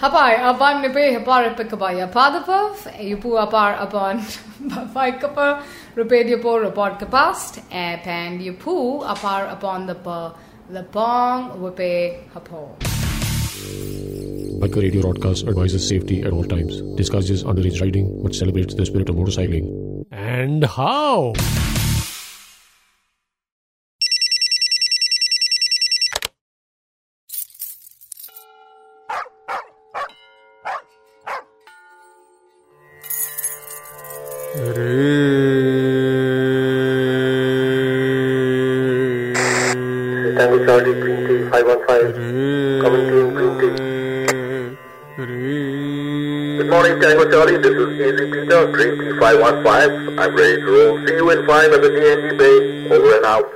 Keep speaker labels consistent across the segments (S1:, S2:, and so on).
S1: Hapar aban nipe hapar epikabaya padapov, yupu apar upon bavikapa, repaid yupo report kapast, ep and yupu apar upon the pa, lapong, wipe hapo.
S2: Biker Radio Broadcast advises safety at all times, discourages underage riding, but celebrates the spirit of motorcycling. And how?
S3: Tango Charlie, Green Tea, 515, coming to you, Green Tea. Good morning, Tango Charlie. This is Easy Peter, Green Tea 515. I'm ready to roll. See you in 5 at the DND Bay. Over and out.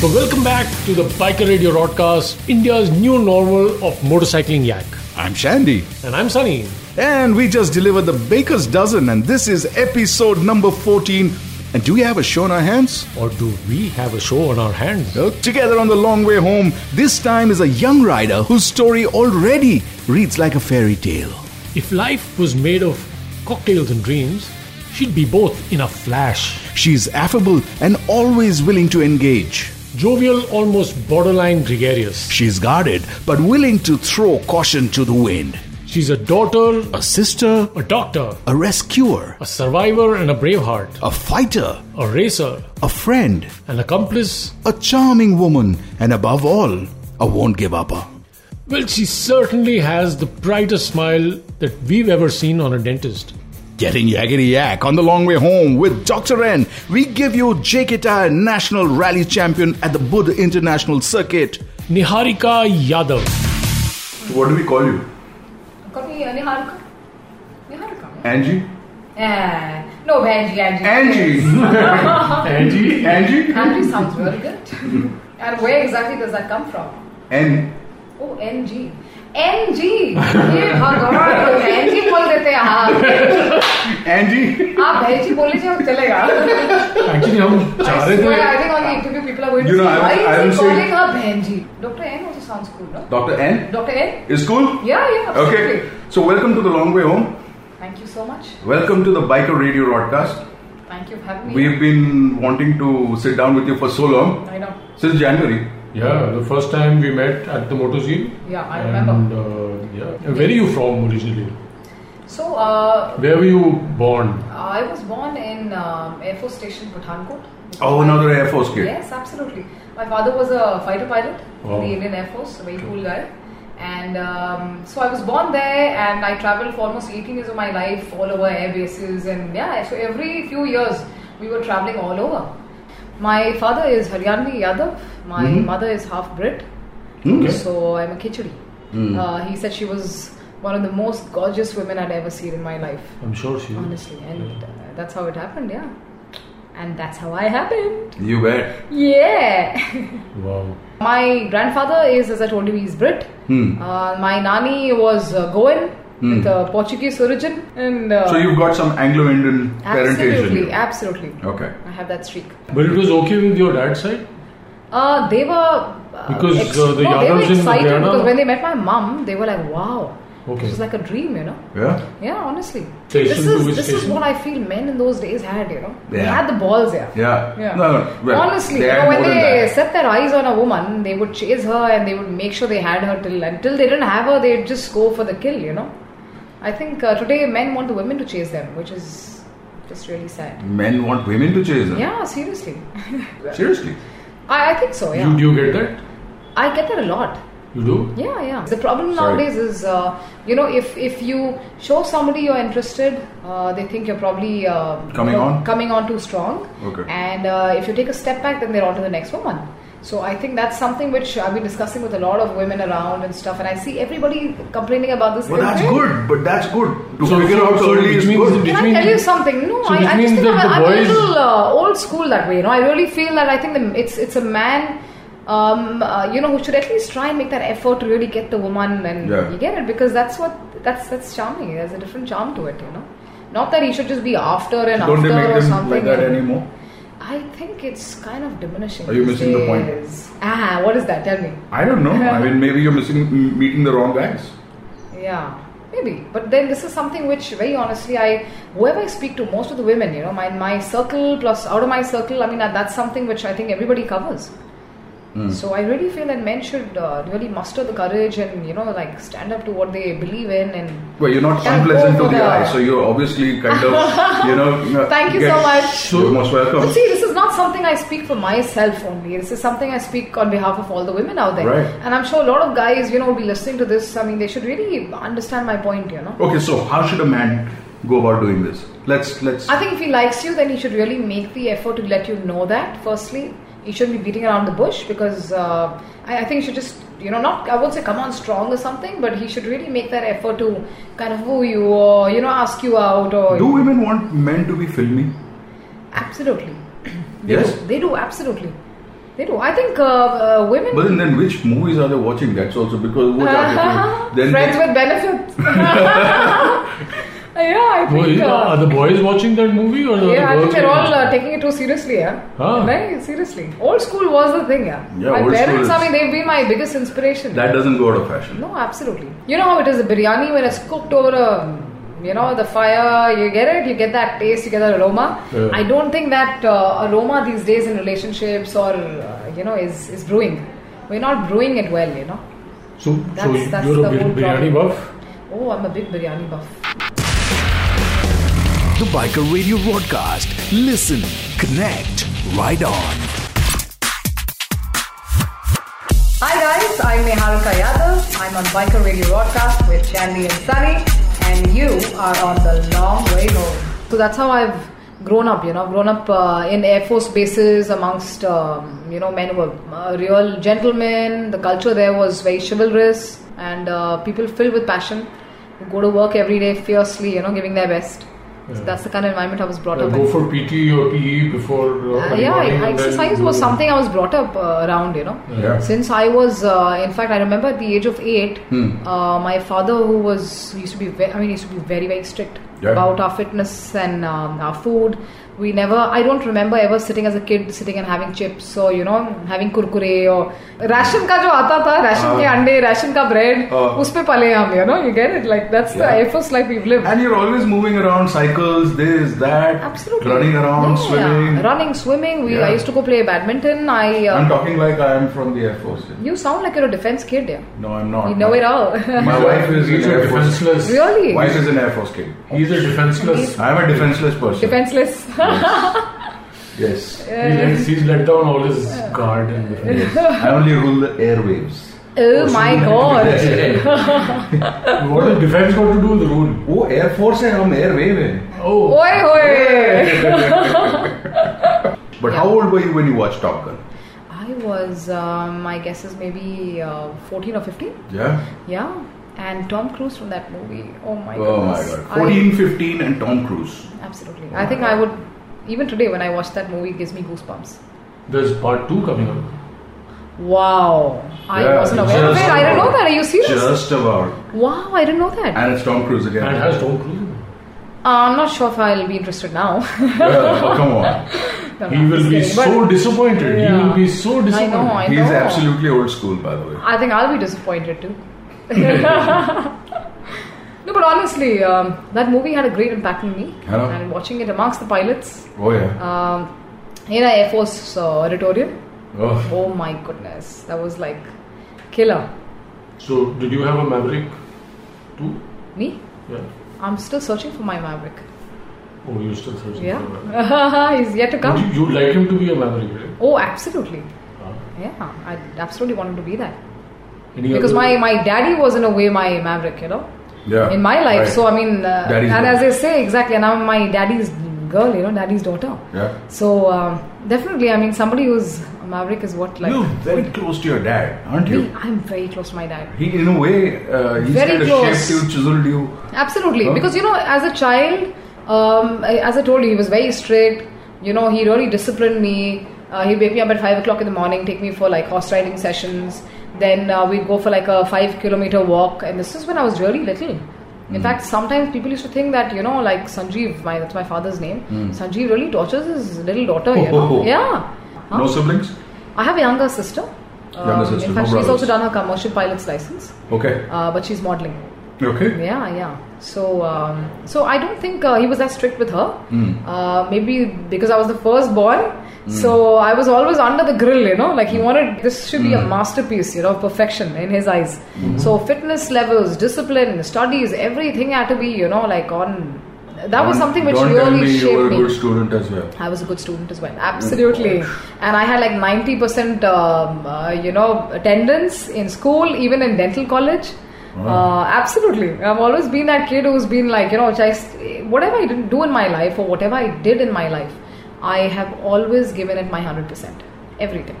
S2: So, welcome back to the Biker Radio Broadcast, India's new normal of motorcycling yak.
S4: I'm Shandy,
S2: And I'm Sunny.
S4: and we just delivered the Baker's Dozen, and this is episode number 14. And do we have a show on our hands?
S2: Or do we have a show on our hands?
S4: No, Together on the long way home, this time is a young rider whose story already reads like a fairy tale.
S2: If life was made of cocktails and dreams, she'd be both in a flash.
S4: She's affable and always willing to engage.
S2: Jovial, almost borderline gregarious.
S4: She's guarded, but willing to throw caution to the wind.
S2: She's a daughter,
S4: A sister,
S2: a doctor,
S4: a rescuer,
S2: a survivor, and a braveheart,
S4: a fighter,
S2: a racer,
S4: a friend,
S2: an accomplice.
S4: a charming woman, and above all, a won't give upper.
S2: Well, she certainly has the brightest smile that we've ever seen on a dentist.
S4: Getting yaggity yak on the long way home with Dr. N. We give you JK Tire National Rally Champion at the Buddha International Circuit.
S2: Niharika Yadav.
S4: What do we call you?
S1: Got me uh, Niharika? Niharika?
S4: Angie?
S1: Eh, no, Angie, Angie.
S2: Angie?
S4: Angie?
S1: Angie sounds really good. and where exactly does that come from?
S4: N.
S1: O N G N G ये भगवान N जी बोल देते हैं आप
S4: Angie?
S1: आप भेल जी बोले जो चलेगा
S2: Actually, हम चाह रहे
S1: आई
S2: थे
S1: think on the interview people are going
S4: You
S1: to
S4: know, I-
S1: why
S4: I am
S1: is
S4: saying-
S1: calling her बहन जी doctor N also sounds cool no
S4: Dr. N?
S1: Doctor N
S4: Is cool?
S1: Yeah yeah
S4: Okay. So, welcome to the long way home.
S1: Thank you so much
S4: Welcome to the Biker Radio broadcast.
S1: Thank you for having me
S4: We've been wanting to sit down with you for so long
S1: I know
S4: since January.
S2: Yeah, the first time we met at the Moto Z.
S1: Yeah, I
S4: Mm.
S2: And, uh, yeah. Where are you from originally?
S1: So I
S2: Where were you born?
S1: Was born in air force station Pathankot
S4: Oh, another Air Force kid.
S1: Yes, absolutely. My father was a fighter pilot
S2: Wow.
S1: in the Indian Air Force, a very cool guy. And um, so I was born there, and I traveled for almost 18 years of my life all over air bases. And yeah, so every few years we were traveling all over. My father is Haryanvi Yadav, my
S4: Mm-hmm.
S1: mother is half Brit, so I'm a Khichdi.
S4: Mm.
S1: Uh, he said she was one of the most gorgeous women I'd ever seen in my life,
S2: I'm sure she.
S1: honestly. And uh, that's how it happened, yeah. And that's how I happened.
S4: You were.
S1: Yeah.
S2: Wow.
S1: My grandfather is, as I told you, he's Brit.
S4: Hmm.
S1: Uh, my nani was uh, Goan with a Portuguese origin, and uh,
S4: So you've got some Anglo-Indian parentage in
S1: absolutely,
S4: you.
S1: absolutely,
S4: Okay.
S1: I have that streak.
S2: But it was okay with your dad's side?
S1: Uh, they were uh,
S2: Because,
S1: ex-
S2: uh, the
S1: no, they were
S2: Yadavs in
S1: excited
S2: Haryana-
S1: because when they met my mum, they were like, "Wow,
S2: Okay.
S1: it was like a dream," you know.
S4: Yeah.
S1: Yeah, honestly,
S2: Station
S1: this
S2: to
S1: is
S2: which
S1: this is
S2: station?
S1: what I feel men in those days had, you know. They
S4: Yeah.
S1: had the balls, yeah.
S4: Yeah.
S1: Yeah.
S4: No, no. Well,
S1: Honestly,
S4: they
S1: you
S4: had
S1: know, when
S4: more than
S1: they
S4: that.
S1: set their eyes on a woman, they would chase her and they would make sure they had her till until they didn't have her, they'd just go for the kill. You know, I think uh, today men want the women to chase them, which is just really sad.
S4: Men want women to chase them.
S1: Yeah, seriously,
S4: Seriously.
S1: I, I think so. Yeah,
S2: You, do you get that?
S1: I get that a lot.
S2: You do?
S1: Yeah, yeah. The problem
S4: Sorry.
S1: nowadays is, uh, you know, if if you show somebody you're interested, uh, they think you're probably uh,
S4: Coming
S1: you know,
S4: on?
S1: coming on too strong.
S4: Okay.
S1: And uh, if you take a step back, then they're on to the next woman. So I think that's something which I've been discussing with a lot of women around and stuff, and I see everybody complaining about this.
S5: But that's
S1: every-
S5: good. But that's good. To
S2: So-
S5: figure
S2: so-
S5: out
S2: so
S5: early
S2: which
S5: is
S2: means
S5: good.
S2: it-
S1: Can I
S2: means-
S1: tell you something? No,
S2: so
S1: I,
S2: which
S1: I just
S2: means
S1: think
S2: that
S1: I'm,
S2: the
S1: I'm
S2: boys-
S1: a little uh, old school that way. You know, I really feel that I think the, it's it's a man, um, uh, you know, who should at least try and make that effort to really get the woman and
S5: Yeah.
S1: you get it because that's what that's that's charming. There's a different charm to it, you know. Not that he should just be after and
S5: Don't they
S1: after
S5: make
S1: or
S5: them
S1: something.
S5: like that anymore?
S1: I think it's kind of diminishing.
S5: Are you
S1: these
S5: missing the point?
S1: days. Ah, what is that? Tell me.
S5: I don't know. I mean, maybe you're missing m- meeting the wrong guys.
S1: Yeah, maybe. But then this is something which, very honestly, I whoever I speak to, most of the women, you know, my my circle plus out of my circle, I mean, that, that's something which I think everybody covers. So I really feel that men should uh, really muster the courage and you know, like stand up to what they believe in and.
S5: Well, you're not
S1: Yeah,
S5: unpleasant to
S1: go for
S5: the
S1: the-
S5: eye, so you're obviously kind of, you know. uh,
S1: Thank you
S5: get-
S1: so much.
S5: You're most welcome.
S1: But see, this is not something I speak for myself only. This is something I speak on behalf of all the women out there.
S5: Right.
S1: And I'm sure a lot of guys, you know, will be listening to this. I mean, they should really understand my point, you know.
S5: Okay, so how should a man go about doing this? Let's let's.
S1: I think if he likes you, then he should really make the effort to let you know that. Firstly, he shouldn't be beating around the bush because uh, I, I think he should just, you know, not I won't say come on strong or something, but he should really make that effort to kind of woo you or you know ask you out or
S5: Do women want men to be filmy?
S1: absolutely. they
S5: Yes.
S1: do. they do absolutely. They do. I think uh, uh, women.
S5: But then, then which movies are they watching? That's also because what are they doing? Then
S1: friends
S5: they-
S1: with benefits. yeah, I
S2: Well,
S1: think.
S2: are
S1: Uh,
S2: the boys watching that movie or are
S1: yeah, I
S2: the
S1: think
S2: girls
S1: they're all
S2: watching
S1: uh,
S2: it?
S1: taking it too seriously, yeah.
S2: Ah.
S1: Very seriously. Old school was the thing, yeah.
S5: Yeah,
S1: my
S5: old school
S1: parents,
S5: is-
S1: I mean, they've been my biggest inspiration.
S5: that doesn't go out of fashion.
S1: no, absolutely. You know how it is, the biryani when it's cooked over a, you know, the fire, you get it, you get that taste, you get that aroma.
S2: Yeah.
S1: I don't think that uh, aroma these days in relationships or, uh, you know, is, is brewing. We're not brewing it well, you know.
S2: So, so
S1: That's- that's
S2: you're a
S1: the
S2: bir-
S1: whole
S2: biryani
S1: problem.
S2: buff?
S1: Oh, I'm a big biryani buff.
S6: The Biker Radio broadcast. Listen, connect, ride on.
S1: Hi guys, I'm Neharuka Yadav. I'm on Biker Radio Broadcast with Chandni and Sunny, and you are on the long way home. So that's how I've grown up. You know, I've grown up uh, in Air Force bases amongst um, you know men who were uh, real gentlemen. The culture there was very chivalrous, and uh, people filled with passion. Who go to work every day fiercely, you know, giving their best. So that's the kind of environment I was brought up
S2: Like go
S1: in.
S2: for PT or PE before. Uh,
S1: Uh, yeah,
S2: bodyboarding
S1: I-
S2: and then
S1: exercise
S2: do-
S1: was something I was brought up uh, around, you know.
S5: Yeah.
S1: Since I was, uh, in fact, I remember at the age of eight,
S5: Hmm.
S1: uh, my father, who was used to be, ve- I mean, used to be very, very strict
S5: Yeah.
S1: about our fitness and um, our food. We never, I don't remember ever sitting as a kid, sitting and having chips or you know having kurkure or ration का जो आता था, ration के अंडे, ration का bread,
S5: Ah.
S1: उस पे पले हम, you know, you get it? Like that's the
S5: Yeah.
S1: Air Force life we've lived.
S5: And you're always moving around, cycles, this, that,
S1: Absolutely.
S5: running around,
S1: Yeah,
S5: swimming.
S1: Running, swimming. We, I
S5: Yeah.
S1: used to go play badminton. I. Uh,
S5: I'm talking like I am from the Air Force. yeah.
S1: You sound like you're a defense kid, yeah.
S5: No, I'm not.
S1: You know
S5: My-
S1: it all.
S5: My wife is
S2: He's
S5: an
S2: a
S5: Air Force.
S2: defenseless.
S1: really?
S5: Wife is an Air Force kid.
S2: He's a defenseless.
S5: I'm a defenseless person.
S1: Defenseless. Oh
S5: Yes.
S2: He lets, he's let down all his guard and defense.
S5: I only rule the airwaves.
S1: oh my god.
S2: what does defense got to do with the rule?
S5: वो air force है हम air wave है
S2: Oh,
S1: Oi, oi.
S5: But how old were you when you watch top gun
S1: I was, um, my guess is maybe uh, 14 or 15.
S5: Yeah
S1: Yeah. And Tom Cruise from that movie. Oh my
S5: oh my
S1: goodness. I-
S5: God 14 15 and Tom Cruise
S1: absolutely. I think I would, even today when I watch that movie, it gives me goosebumps.
S2: there's part two coming up.
S1: Wow. I
S5: Yeah,
S1: wasn't aware of it.
S5: just
S1: I didn't know
S5: about-
S1: that. Are you serious?
S5: Just about
S1: Wow, I didn't know that. Uh,
S5: and it's Tom Cruise
S2: And it
S5: again
S2: has Tom Cruise. in it.
S1: I'm not sure if I'll be interested now.
S5: Come on
S1: No, no,
S2: He will
S1: just
S2: be
S1: kidding. But-
S2: so disappointed. He
S1: Yeah.
S2: will be so
S1: I
S2: disappointed.
S1: know, I
S5: he
S1: know.
S5: Is absolutely old school by the way
S1: I think I'll be disappointed too. no, but honestly, um, that movie had a great impact on me.
S5: Hello.
S1: And watching it amongst the pilots
S5: oh yeah
S1: um, in our Air Force uh, auditorium,
S5: oh
S1: oh my goodness, that was like killer.
S2: So, did you have a Maverick too?
S1: Me,
S2: Yeah.
S1: I'm still searching for my Maverick.
S2: Oh, you're still searching
S1: Yeah,
S2: for a Maverick.
S1: he's yet to
S2: Would
S1: come.
S2: you, you'd like him to be a Maverick, right?
S1: Oh, absolutely.
S2: Ah.
S1: Yeah, I absolutely want him to be that
S2: Any
S1: because my
S2: other-
S1: my daddy was in a way my Maverick, you know.
S5: Yeah
S1: in my life.
S5: Right.
S1: So I mean, uh,
S5: Daddy's
S1: and
S5: dad.
S1: as they say, exactly. And now my daddy's girl, you know, daddy's daughter.
S5: Yeah.
S1: So um, definitely, I mean, somebody who's a maverick is what like.
S5: You're very close to your dad, aren't
S1: Me,
S5: you?
S1: I'm very close to my dad.
S5: He, in a way, uh, he's
S1: Very
S5: kind of
S1: close.
S5: shaped you, chiseled you.
S1: Absolutely,
S5: Huh?
S1: because you know, as a child, um, I- as I told you, he was very strict. You know, he really disciplined me. Uh, he'd wake me up at five o'clock in the morning, take me for like horse riding sessions. Then uh, we'd go for like a five kilometer walk, and this is when I was really little.
S5: Hmm.
S1: In fact, sometimes people used to think that you know, like Sanjeev, my that's my father's name.
S5: Hmm.
S1: Sanjeev really tortures his little daughter. You know, yeah. Huh?
S5: Oh. No siblings?
S1: I have a younger sister. Um,
S5: Younger sister,
S1: in
S5: no
S1: fact, she's
S5: brothers.
S1: also done her commercial pilot's license,
S5: Okay.
S1: uh, but she's modeling.
S5: Okay.
S1: Yeah, yeah. So, um, so I don't think uh, he was that strict with her.
S5: Hmm.
S1: Uh, maybe because I was the first born, so I was always under the grill. You know, like he
S5: Hmm.
S1: wanted this should be a masterpiece. You know, perfection in his eyes.
S5: Hmm.
S1: So fitness levels, discipline, studies, everything had to be. You know, like on. That was
S5: Don't-
S1: something which
S5: don't
S1: really
S5: tell me
S1: shaped
S5: you were a
S1: me.
S5: good student as well.
S1: I was a good student as well, absolutely. And I had like 90%, um, uh, you know, attendance in school, even in dental college. Uh, absolutely. I've always been that kid who's been like, you know, just whatever I didn't do in my life or whatever I did in my life, I have always given it my 100%. Everything.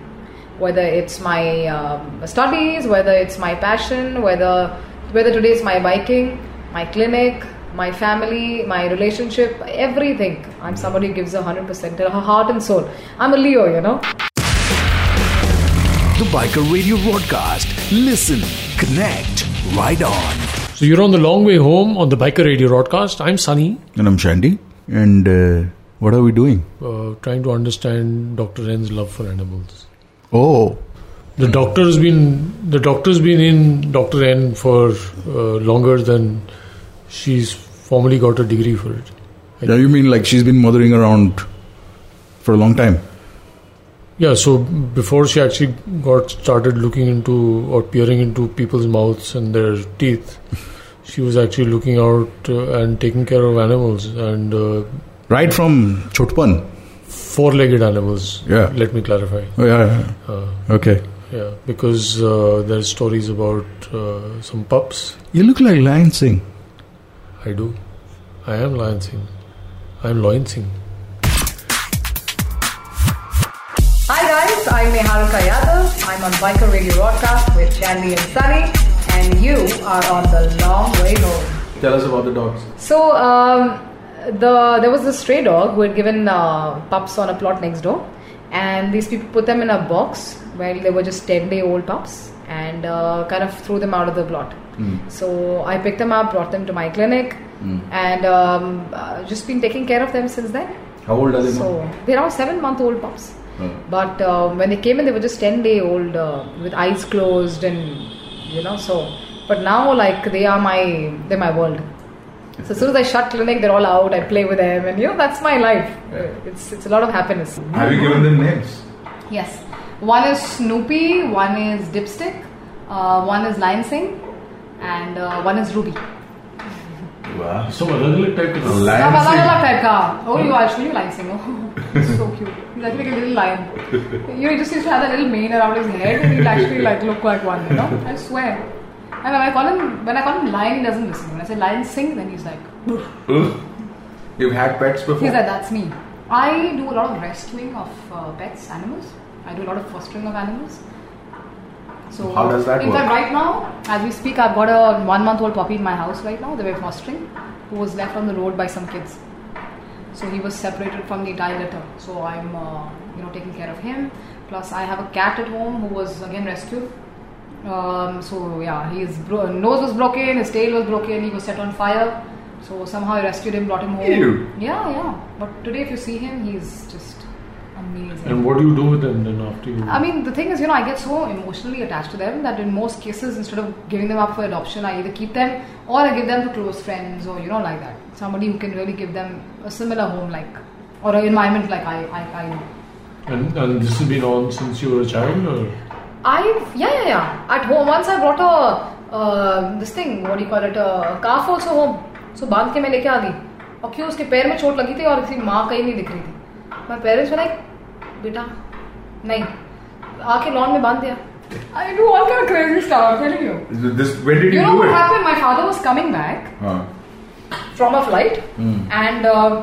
S1: Whether it's my um, studies, whether it's my passion, whether whether today it's my biking, my clinic, my family, my relationship, everything. I'm somebody who gives 100%, her heart and soul. I'm a Leo, you know.
S6: The Biker Radio Broadcast. Listen, connect, ride on.
S2: So you're on the long way home on the Biker Radio broadcast. I'm Sunny,
S4: And I'm Shandy. And uh, what are we doing?
S2: uh, trying to understand Dr. N's love for animals.
S4: Oh,
S2: The doctor's been the doctor's been in Dr. N for uh, longer than she's formally got a degree for it.
S4: now you mean like she's been mothering around for a long time?
S2: Yeah, so before she actually got started looking into or peering into people's mouths and their teeth, she was actually looking out uh, and taking care of animals and uh,
S4: Right from Chotpan.
S2: four-legged animals.
S4: Yeah.
S2: let me clarify.
S4: Oh, yeah, yeah.
S2: Uh,
S4: Okay.
S2: yeah, because uh, there's stories about uh, some pups.
S4: You look like Lion Singh.
S2: I do. I am Lion Singh. I'm Lion Singh.
S1: Hi guys, I'm Neharika Yadav. I'm on Biker Radio Broadcast with Chandy and Sunny, and you are on the long way home.
S5: Tell us about the dogs.
S1: So um, the there was this stray dog who had given uh, pups on a plot next door, and these people put them in a box while they were just ten day old pups, and uh, kind of threw them out of the plot.
S5: Hmm.
S1: So I picked them up, brought them to my clinic, and um, uh, just been taking care of them since then.
S5: How old are they now?
S1: So they're now seven month old pups.
S5: Hmm.
S1: But uh, when they came in, they were just 10 day old uh, with eyes closed and you know, so. But now, like, they are my, they're my world. So as soon as I shut clinic, they're all out. I play with them, and you know that's my life.
S5: Yeah.
S1: It's it's a lot of happiness.
S5: Have you given them names?
S1: Yes, one is Snoopy, one is Dipstick, uh, one is Lion Sing, and uh, one is Ruby.
S5: Wow.
S2: So अलग अलग type के
S1: Blah, blah, blah,
S5: Lion
S1: blah, type ka. Oh, you actually you lion singer. so cute. He's actually like a little lion. You know, he just used to have that little mane around his head, and he'd actually like look like one. You know, I swear. And when I call him, when I call him lion, he doesn't listen. When I say lion sing, then he's like,
S5: Singh. You've had pets before?
S1: he's like, that's me. I do a lot of rescuing of uh, pets, animals. I do a lot of fostering of animals. So
S5: How does that
S1: in fact,
S5: work?
S1: right now, as we speak, I've got a one-month-old puppy in my house right now that we're fostering, who was left on the road by some kids. So he was separated from the entire litter. So I'm, uh, you know, taking care of him. Plus, I have a cat at home who was again rescued. Um, so yeah, his bro- nose was broken, his tail was broken, he was set on fire. So somehow I rescued him, brought him home.
S5: Ew.
S1: Yeah, yeah. But today, if you see him, he's just amazing.
S2: And what do you do with them then after you?
S1: I mean, the thing is, you know, I get so emotionally attached to them that in most cases, instead of giving them up for adoption, I either keep them or I give them to close friends or, you know, like that. Somebody who can really give them a similar home, like, or an environment like I, I, I do.
S2: and, and this has been on since you were a child, or
S1: I, yeah, yeah, yeah. At home, once I brought a, uh, this thing, what do you call it, a calf also home. So, बांध के मैं लेके आ गई और क्यों उसके पैर में चोट लगी थी और किसी माँ कहीं नहीं दिख रही थी मैं पेरेंट्स बनाई बेटा नहीं आके लॉन में बांध दिया I do all kind of crazy stuff I telling you
S5: This, when did you,
S1: You know
S5: do
S1: what
S5: it?
S1: happened? My father was coming back
S5: Huh.
S1: from a flight, and uh,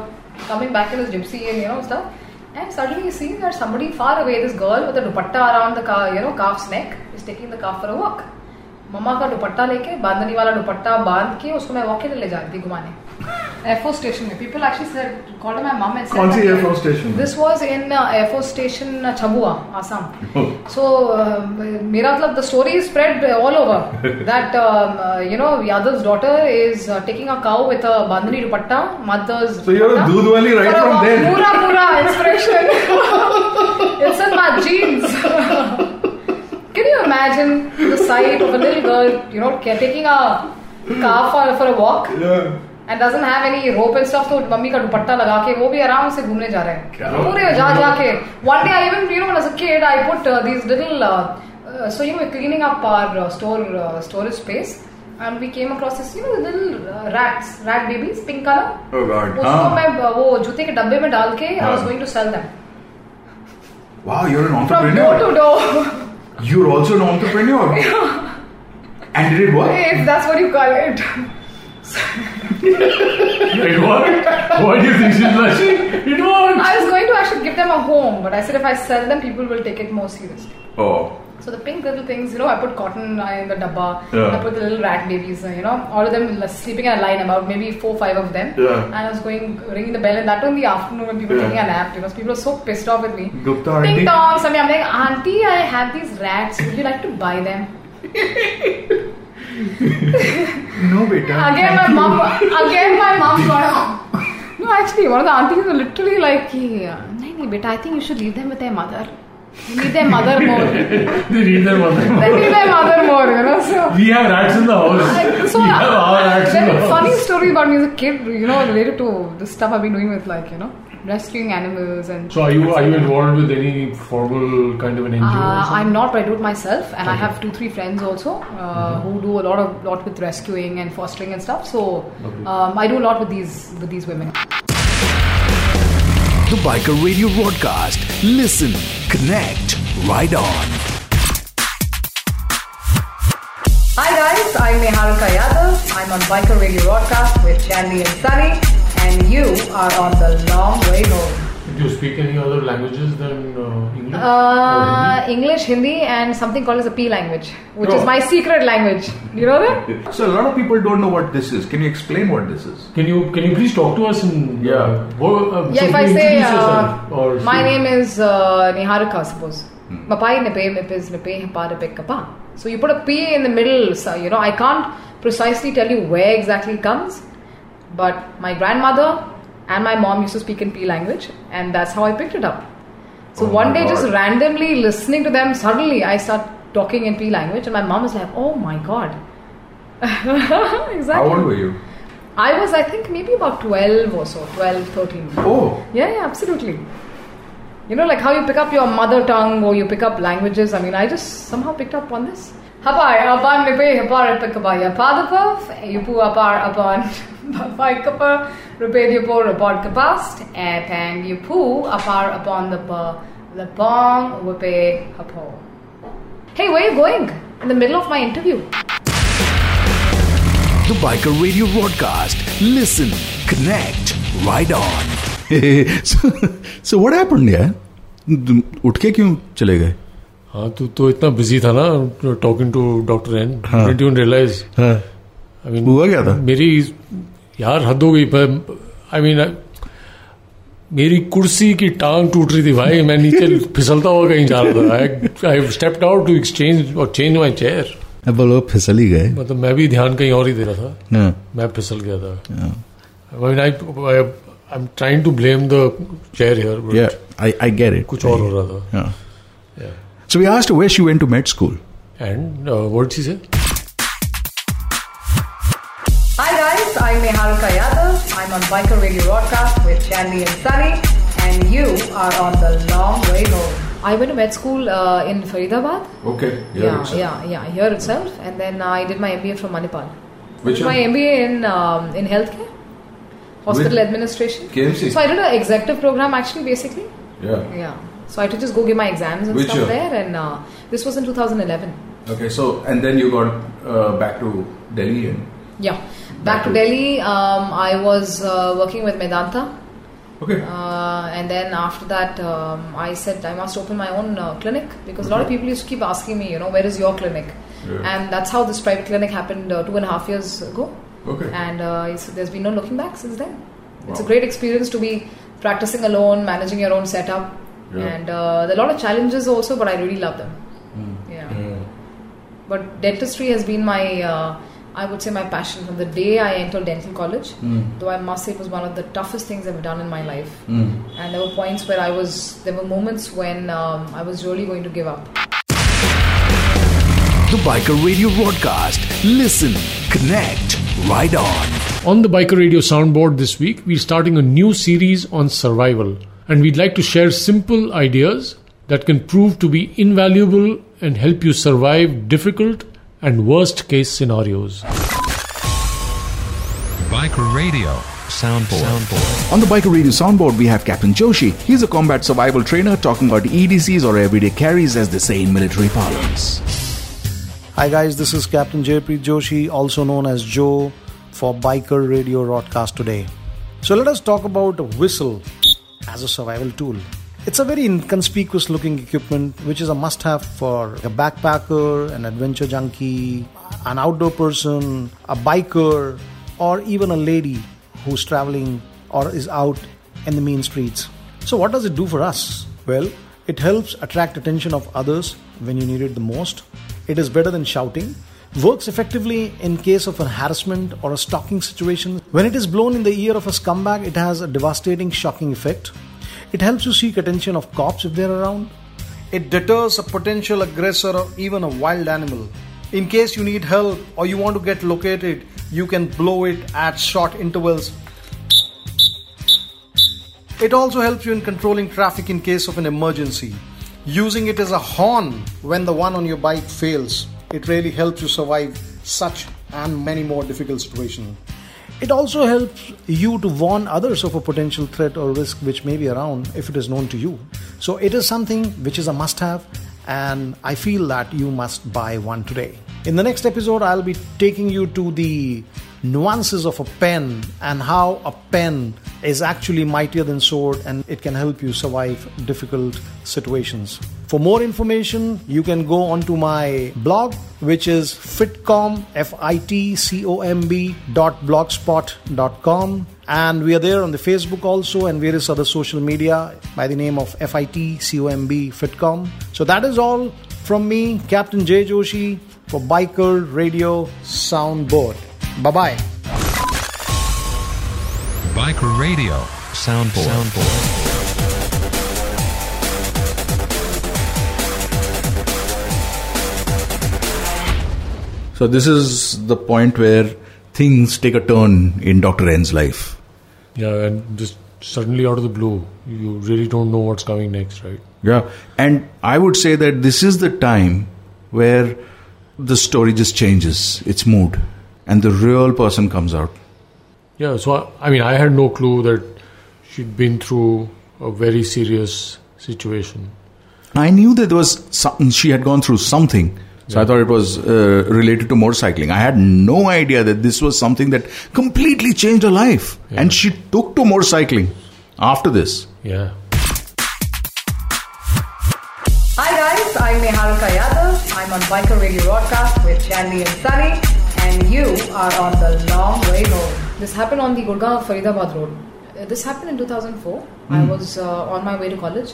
S1: coming back in his gypsy and you know stuff. And suddenly he sees that somebody far away, this girl with a dupatta around the car, you know, calf's neck, is taking the calf for a walk. मम्मा का दुपट्टा लेके बांधनी वाला दुपट्टा बांध के उसको मैं walk के लिए ले जा रही थी घुमाने एयरफोर्स स्टेशन में people actually sir called my mum and
S5: कौन सी Air Force station?
S1: This was in air force station Chabua
S5: Oh.
S1: Assam so मेरा मतलब the story spread all over that you know Yadav's daughter is taking a cow with a bandhani dupatta mother's
S5: So you're a Dudhwali right from then.
S1: पूरा पूरा inspiration it's in my genes Can you imagine the sight of a little girl, you know, ca- taking a calf for, for a walk
S5: Yeah.
S1: and doesn't have any rope and stuff, तो mummy का दुपट्टा लगा के वो भी आराम से घूमने जा रहे
S5: क्या?
S1: हैं पूरे जा जा के one day I even you know as a kid I put uh, these little uh, uh, so you know we're cleaning up our uh, store uh, storage space and we came across this you know the little uh, rats rat babies pink color
S5: Oh God.
S1: उसको
S5: हाँ.
S1: मैं uh, वो जूते के डब्बे में डाल के I was
S5: हाँ.
S1: going to sell them
S5: Wow, you're an
S1: from door to
S5: entrepreneur.
S1: door
S5: You're also an entrepreneur. And did it work?
S1: if that's what you call it
S2: It worked. Why do you think she's blushing? It worked.
S1: I was going to actually give them a home, but I said if I sell them, people will take it more seriously.
S5: Oh.
S1: So the pink little things, you know, I put cotton uh, in the dabba.
S5: Yeah.
S1: I put the little rat babies, uh, you know, all of them l- sleeping in a line, about maybe four, five of them.
S5: Yeah.
S1: And I was going ringing the bell, and that was in the afternoon when people were
S5: Yeah.
S1: taking a nap. You know, so people were so pissed off with me.
S5: Gupta
S1: Ding
S5: auntie.
S1: dong, something. I'm like, auntie, I have these rats. Would you like to buy them?
S5: No, beta.
S1: Again, my mom. Again, my mom got. No, actually, one of the aunties was literally like, "Yeah, nahi, nahi, beta, I think you should leave them with their mother. You need their mother more. They
S2: They need their mother.
S1: need their mother more, you know." So.
S2: We have rats in the house.
S1: So,
S2: we have our rats in the
S1: very
S2: house.
S1: funny story about me as a kid, you know, related to the stuff I've been doing with, like, you know, rescuing animals and.
S2: So are you are you involved with any formal kind of an NGO?
S1: Uh,
S2: or something?
S1: I'm not, but I do it myself, and I have two, three friends also uh, who do a lot of lot with rescuing and fostering and stuff. So um, I do a lot with these with these women.
S6: The Biker Radio Broadcast. Listen, connect, ride on.
S1: Hi guys, I'm Neharika Yadav. I'm on Biker Radio Broadcast with Chandni and Sunny, and you are on the long way home.
S2: Do you speak any other languages than uh, English?
S1: Uh, English, Hindi, and something called as a P language, which is my secret language. You know that?
S5: So a lot of people don't know what this is. Can you explain what this is?
S2: Can you can you please talk to us in
S5: Yeah.
S2: uh, what- uh,
S1: Yeah,
S2: so
S1: if I
S2: you
S1: say
S2: introduce
S1: uh,
S2: yourself or
S1: my
S2: say-
S1: name is uh, Niharika, suppose.
S5: Hmm.
S1: Mapai nepe mepes nepe hapa nepe kapa. So you put a P in the middle, so, you know, I can't precisely tell you where exactly it comes, but my grandmother and my mom used to speak in P language, and that's how I picked it up. So
S5: Oh
S1: one
S5: my
S1: day, just
S5: God.
S1: randomly listening to them, suddenly I start talking in P language, and my mom is like, oh my god. exactly.
S5: How old were you?
S1: I was, I think, maybe about 12 or so, 12, 13.
S5: Oh.
S1: Yeah, yeah, absolutely. You know, like how you pick up your mother tongue or you pick up languages. I mean, I just somehow picked up on this. Hapai, apan, mipe, hapar, pikabaya, padapov, yupu, apar, apan, papai, kapar, repaid, yupo, report, kapast, epang, yupu, apar, upon the pa, the pong, wipe, hapo. Hey, where are you going? In the middle of my interview.
S6: The Biker Radio Broadcast. Listen, connect, ride on.
S4: so, so what happened यार तुम उठ के क्यों चले गए
S2: हाँ तू तो इतना बिजी था ना टॉकिंग टू डॉक्टर एन
S4: हाँ।
S2: डिडंट यू रियलाइज
S4: हाँ
S2: आई मीन
S4: हुआ क्या था?
S2: मेरी यार हद हो गई पर आई मीन मेरी कुर्सी की टांग टूट रही थी भाई मैं नीचे फिसलता हुआ कहीं जा रहा था I stepped out to exchange और चेंज माई चेयर
S4: अब बोलो फिसल ही गए
S2: मतलब मैं भी ध्यान कहीं और ही दे रहा था
S4: हाँ
S2: मैं फिसल गया था I mean I I am trying to blame the chair
S4: yeah
S2: here
S4: I I get it
S2: कुछ और हो रहा था
S4: yeah. so we asked her where she went to med school
S2: and word चीज है
S1: Hi guys, I'm Neharika Yadav. I'm on Biker Radio Broadcast with Chandni and Sunny, and you are on the long way home. I went to med school uh, in Faridabad.
S5: Okay. Yeah.
S1: yeah,
S5: it's-
S1: yeah, yeah, here itself, and then I did my MBA from Manipal.
S5: Which
S1: my
S5: one?
S1: MBA in um, in healthcare, hospital
S5: With-
S1: administration.
S5: KMC?
S1: So I did an executive program actually, basically.
S5: Yeah.
S1: Yeah. So I had to just go give my exams and
S5: Which
S1: stuff
S5: year?
S1: there, and uh, this was in 2011.
S5: Okay. So and then you got uh, back to Delhi and
S1: Yeah, back to Delhi. Um, I was uh, working with Medanta
S5: Okay.
S1: Uh, and then after that, um, I said I must open my own uh, clinic because a lot of people used to keep asking me, you know, where is your clinic?
S5: Yeah.
S1: And that's how this private clinic happened uh, two and a half years ago.
S5: Okay.
S1: And uh, it's, there's been no looking back since then. It's a
S5: Wow.
S1: great experience to be practicing alone, managing your own setup.
S5: Yeah.
S1: And uh, there are a lot of challenges also, but I really love them. Yeah.
S5: Hmm. Yeah.
S1: But dentistry has been my, uh, I would say, my passion from the day I entered dental college.
S5: Hmm.
S1: Though I must say it was one of the toughest things I've done in my life.
S5: Hmm.
S1: And there were points where I was, there were moments when um, I was really going to give up.
S7: The Biker Radio Broadcast. Listen, connect, ride on.
S2: On the Biker Radio soundboard this week, we're starting a new series on survival, and we'd like to share simple ideas that can prove to be invaluable and help you survive difficult and worst case scenarios.
S8: Biker Radio Soundboard. Soundboard.
S4: On the Biker Radio soundboard, we have Captain Joshi. He's a combat survival trainer talking about EDCs or everyday carries, as they say in military parlance.
S9: Hi guys, this is Captain Jaypreet Joshi, also known as Joe, for Biker Radio Broadcast today. So let us talk about whistle as a survival tool. It's a very inconspicuous looking equipment which is a must have for a backpacker, an adventure junkie, an outdoor person, a biker, or even a lady who's traveling or is out in the mean streets. So what does it do for us? Well, it helps attract attention of others when you need it the most. It is better than shouting. Works effectively in case of a harassment or a stalking situation. When it is blown in the ear of a scumbag, it has a devastating shocking effect. It helps you seek attention of cops if they're around. It deters a potential aggressor or even a wild animal. In case you need help or you want to get located, you can blow it at short intervals it also helps you in controlling traffic in case of an emergency. Using it as a horn when the one on your bike fails, it really helps you survive such and many more difficult situations. It also helps you to warn others of a potential threat or risk which may be around if it is known to you. So it is something which is a must have and I feel that you must buy one today. In the next episode, I'll be taking you to the nuances of a pen and how a pen is actually mightier than sword and it can help you survive difficult situations. For more information, you can go onto my blog, which is fitcom, F-I-T-C-O-M-B dot blogspot dot com. And we are there on the Facebook also and various other social media by the name of F-I-T-C-O-M-B, Fitcom. So that is all from me, Captain Jay Joshi for Biker Radio Soundboard. Bye-bye.
S8: Biker Radio Soundboard. Soundboard.
S4: So this is the point where things take a turn in Dr. N's life.
S2: Yeah, and just suddenly out of the blue, you really don't know what's coming next, right?
S4: Yeah. And I would say that this is the time where the story just changes its mood and the real person comes out.
S2: Yeah, so I, I mean, I had no clue that she'd been through a very serious situation.
S4: I knew that there was something she had gone through something. So I thought it was uh, related to motorcycling. I had no idea that this was something that completely changed her life. And she took to motorcycling after this.
S2: Yeah.
S1: Hi guys, I'm Neharika Yadav. I'm on Biker Radio Broadcast with Chandni and Sunny, and you are on the long way road. This happened on the Gurgaon Faridabad road. Uh, This happened in 2004. I was uh, on my way to college,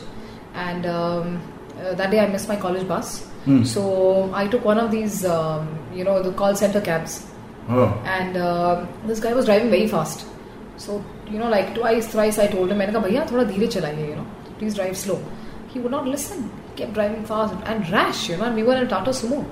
S1: and um, uh, that day I missed my college bus. So I took one of these, um, you know, the call center cabs and uh, this guy was driving very fast. So you know, like twice, thrice, I told him, मैंने कहा भैया थोड़ा धीरे चलाइए, you know, please drive slow. He would not listen. He kept driving fast and rash, you know, and we were in a Tata Sumo.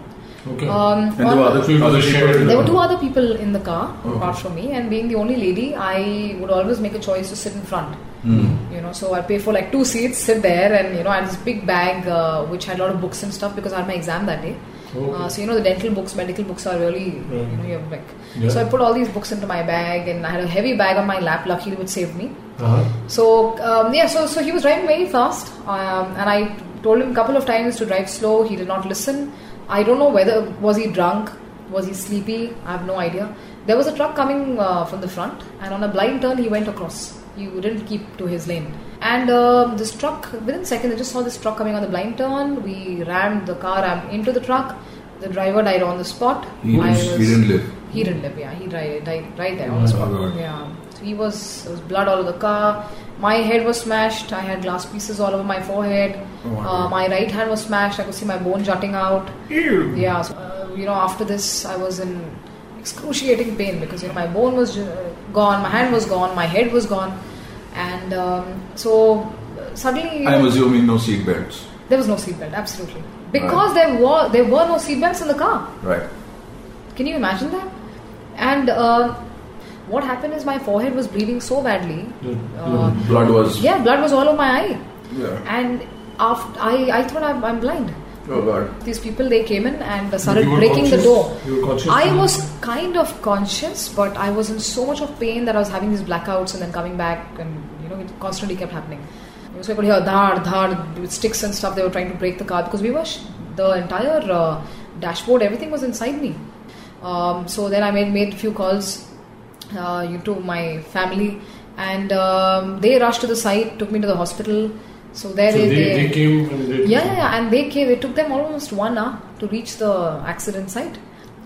S2: Okay.
S1: Um,
S5: Hmm. And there were
S2: So it was a
S5: other other people
S2: shared-
S5: in the
S1: there were
S5: car.
S1: two other people in the car apart from me, and being the only lady, I would always make a choice to sit in front. You know, so I pay for like two seats, sit there, and you know, I had this big bag uh, which had a lot of books and stuff because I had my exam that day. Uh, so you know, the dental books, medical books are really you know, you're like. So I put all these books into my bag, and I had a heavy bag on my lap. Luckily, which saved me. So um, yeah, so so he was driving very fast, um, and I told him a couple of times to drive slow. He did not listen. I don't know whether was he drunk, was he sleepy? I have no idea. There was a truck coming uh, from the front, and on a blind turn, he went across. He He wouldn't keep to his lane. And um, this truck, within seconds, I just saw this truck coming on the blind turn. We rammed the car rammed into the truck. The driver died on the spot.
S5: He
S1: I
S5: didn't- he
S1: was-
S5: didn't live.
S1: He didn't live. Yeah, he died, died right there on the spot.
S5: God.
S1: Yeah, so he was there was blood all over the car. My head was smashed. I had glass pieces all over my forehead. uh, my right hand was smashed. I could see my bone jutting out. Ew. Yeah. So, uh, you know, after this, I was in excruciating pain because you know my bone was ju- uh, gone, my hand was gone, my head was gone, and um, so uh, suddenly you
S5: I'm
S1: know,
S5: assuming no seat belts.
S1: there was no seatbelt. Absolutely, because there were there were no seatbelts in the car.
S5: Right.
S1: Can you imagine that? And uh, what happened is my forehead was bleeding so badly. Uh,
S5: Blood was.
S1: yeah, blood was all over my eye.
S5: Yeah.
S1: And after, I, I thought I'm, I'm blind.
S5: Oh God.
S1: These people, they came in and started
S2: You were
S1: breaking the
S2: conscious?
S1: door.
S2: You were conscious?
S1: I was kind of conscious, but I was in so much of pain that I was having these blackouts and then coming back, and you know, it constantly kept happening. So I could hear dhar, dhar, with sticks and stuff. They were trying to break the car because we were sh- the entire uh, dashboard, everything was inside me. Um, so then I made made few calls uh, you to my family, and um, they rushed to the site, took me to the hospital. So there
S2: So they,
S1: is
S2: they came and they
S1: yeah, yeah, yeah, and they came. It took them almost one hour to reach the accident site.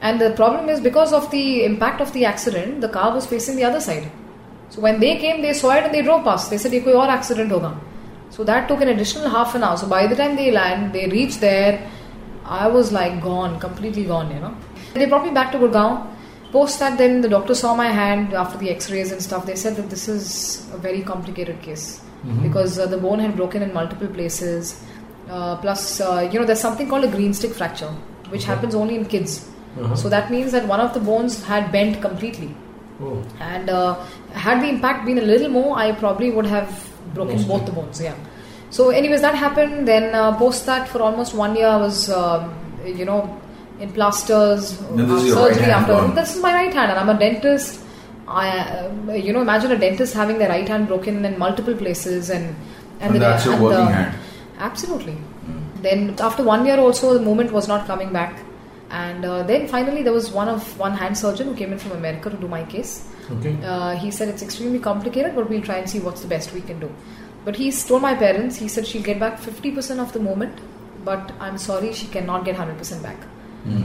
S1: And the problem is because of the impact of the accident, the car was facing the other side. So when they came, they saw it and they drove past. They said, "ये कोई और accident होगा." So that took an additional half an hour. So by the time they land, they reached there. I was like gone, completely gone. You know, they brought me back to Gurgaon. Post that, then the doctor saw my hand after the X-rays and stuff. They said that this is a very complicated case because uh, the bone had broken in multiple places. Uh, plus, uh, you know, there's something called a green stick fracture, which happens only in kids. So that means that one of the bones had bent completely.
S2: Oh.
S1: And uh, had the impact been a little more, I probably would have broken both the bones. Yeah. So, anyways, that happened. Then uh, post that for almost one year, I was, um, you know, in plasters,
S5: Then this
S1: uh,
S5: is your right hand gone.
S1: This is my right hand, and I'm a dentist. I, uh, you know, imagine a dentist having their right hand broken in multiple places, and
S5: And that's your working hand. Hmm.
S1: Absolutely. Then after one year, also the movement was not coming back, and uh, then finally there was one of one hand surgeon who came in from America to do my case.
S2: Okay.
S1: Uh, he said it's extremely complicated, but we'll try and see what's the best we can do. But he told my parents, he said she'll get back 50% of the movement, but I'm sorry, she cannot get 100% back.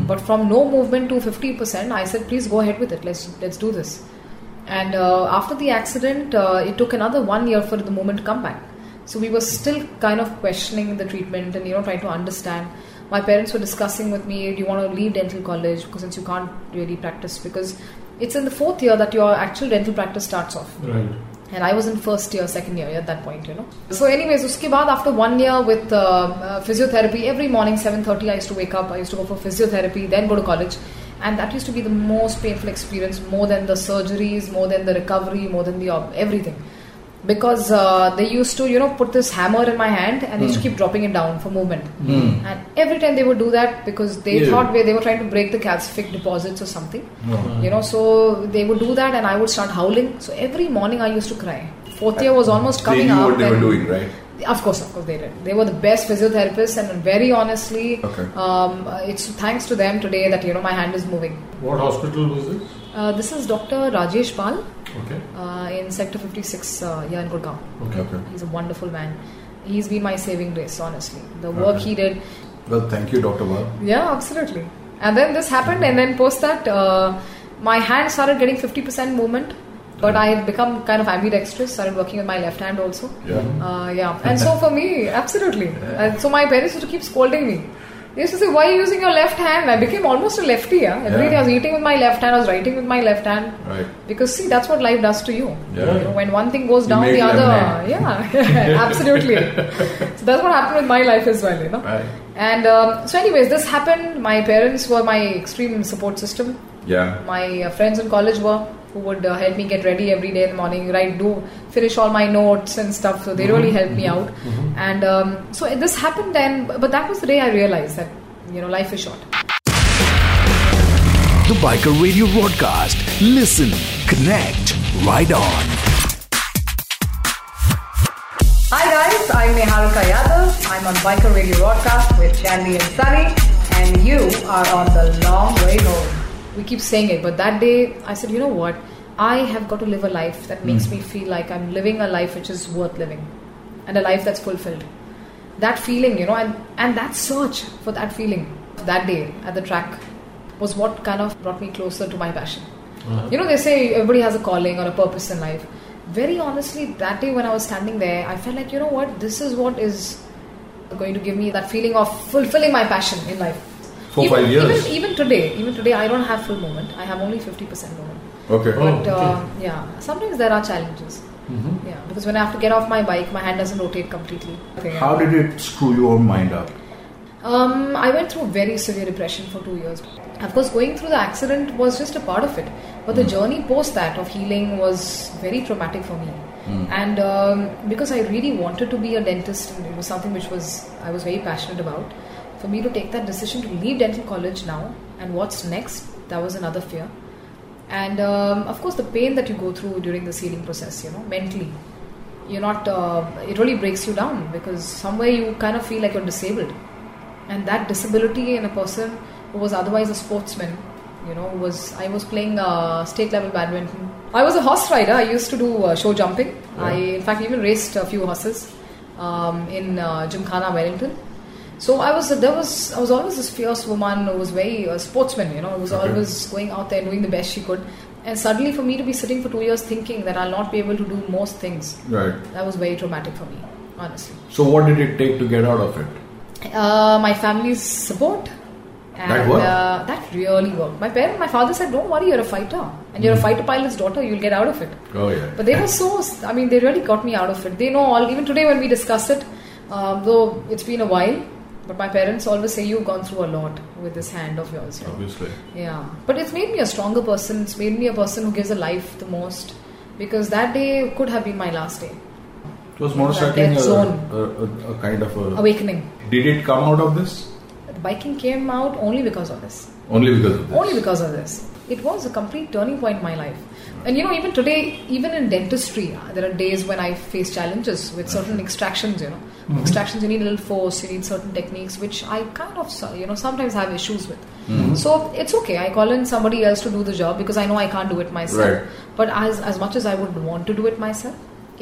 S1: But from no movement to 50%, I said, please go ahead with it. Let's let's do this. And uh, after the accident, uh, it took another one year for the movement to come back. So we were still kind of questioning the treatment and you know trying to understand. My parents were discussing with me, do you want to leave dental college because since you can't really practice because it's in the fourth year that your actual dental practice starts off.
S2: Right.
S1: And I was in first year, second year at that point, you know. So, anyways, uske baad after one year with uh, uh, physiotherapy, every morning 7:30 I used to wake up. I used to go for physiotherapy, then go to college, and that used to be the most painful experience, more than the surgeries, more than the recovery, more than the op- everything, because uh, they used to, you know, put this hammer in my hand and they
S5: Hmm.
S1: used to keep dropping it down for movement. And every time they would do that because they
S5: Yeah.
S1: thought they they were trying to break the calcific deposits or something you know so they would do that and i would start howling so every morning i used to cry fourth year was almost
S5: Uh, They
S1: coming
S5: knew
S1: up
S5: what they were
S1: and-
S5: doing, right?
S1: of course of course they did they were the best physiotherapists and very honestly
S5: Okay.
S1: um, it's thanks to them today that you know my hand is moving
S2: What hospital was this?
S1: uh, this is dr rajesh pal
S2: Okay.
S1: uh, in sector 56 uh, here in gurgaon
S5: Okay. okay.
S1: he's a wonderful man he's been my saving grace honestly the work he did
S5: Well, thank you, Doctor Bob.
S1: Yeah, absolutely. And then this happened, and then post that, uh, my hand started getting 50% movement, but I had become kind of ambidextrous, started working with my left hand also.
S2: Mm-hmm.
S5: Yeah.
S1: Uh, yeah, and so for me, absolutely. And so my parents used to keep scolding me. They used to say, Why are you using your left hand? I became almost a lefty. Yeah? Every
S5: Yeah.
S1: day I was eating with my left hand, I was writing with my left hand.
S5: Right.
S1: Because see, that's what life does to you.
S5: Yeah.
S1: You know, when one thing goes down,
S5: make
S1: the other.
S5: lemonade.
S1: Yeah, absolutely. so that's what happened with my life as well, you know.
S5: Right.
S1: And um, so, anyways, this happened. My parents were my extreme support system.
S5: Yeah.
S1: My uh, friends in college were who would uh, help me get ready every day in the morning, right? Do finish all my notes and stuff. So they
S5: Mm-hmm.
S1: really helped me out. And um, so this happened then, but that was the day I realized that you know life is short.
S6: The Biker Radio Broadcast. Listen, connect, ride on.
S1: Hi guys, I'm Neharuka Yadav. I'm on Biker Radio Broadcast with Chandni and Sunny, and you are on the long way home. We keep saying it, but that day I said, you know what? I have got to live a life that makes me feel like I'm living a life which is worth living and a life that's fulfilled. That feeling, you know, and, and that search for that feeling that day at the track was what kind of brought me closer to my passion. You know, they say everybody has a calling or a purpose in life. Very honestly, that day when I was standing there, I felt like, you know what, this is what is going to give me that feeling of fulfilling my passion in life.
S5: For
S1: even,
S5: five years.
S1: Even, even today, even today, I don't have full moment. I have only 50% moment.
S5: Oh, Okay.
S2: Oh.
S5: Mm-hmm.
S1: But uh, yeah, sometimes there are challenges. Yeah, because when I have to get off my bike, my hand doesn't rotate completely. Okay.
S4: How did it screw your mind up?
S1: Um, I went through very severe depression for two years. Of course, going through the accident was just a part of it, but the journey post that of healing was very traumatic for me. And um, because I really wanted to be a dentist, and it was something which was I was very passionate about. For me to take that decision to leave dental college now and what's next, that was another fear. And um, of course, the pain that you go through during this healing process, you know, mentally, you're not. Uh, it really breaks you down because somewhere you kind of feel like you're disabled and that disability in a person who was otherwise a sportsman you know was i was playing uh, state level badminton i was a horse rider i used to do uh, show jumping i in fact even raced a few horses um, in uh, gymkhana wellington so i was there was i was always this fierce woman who was very uh, sportsman you know who was always going out there doing the best she could and suddenly for me to be sitting for two years thinking that i'll not be able to do most things
S5: Right.
S1: that was very traumatic for me honestly
S5: So what did it take to get out of it?
S1: uh, my family's support. And,
S5: That worked?
S1: Uh, that really worked. My parents, my father said, "Don't worry, you're a fighter, and
S5: Hmm.
S1: you're a fighter pilot's daughter. You'll get out of it."
S5: Oh yeah.
S1: But they were so. I mean, they really got me out of it. They know all. Even today, when we discuss it, um, though it's been a while, but my parents always say you've gone through a lot with this hand of yours.
S5: Obviously.
S1: Yeah, but it's made me a stronger person. It's made me a person who gives a life the most, because that day could have been my last day.
S5: Oh. It was
S1: Death
S5: motorcycling a,
S1: zone.
S5: a, a, a kind of a.
S1: Awakening.
S5: Did it come out of this?
S1: The biking came out only because of this.
S5: Only because of this.
S1: only because of this. It was a complete turning point in my life. And you know, even today, even in dentistry, uh, there are days when I face challenges with certain extractions. You know,
S5: Mm-hmm.
S1: extractions you need a little force, you need certain techniques, which I kind of so- you know sometimes have issues with.
S5: Mm-hmm.
S1: So it's okay. I call in somebody else to do the job because I know I can't do it myself.
S5: Right.
S1: But as as much as I would want to do it myself,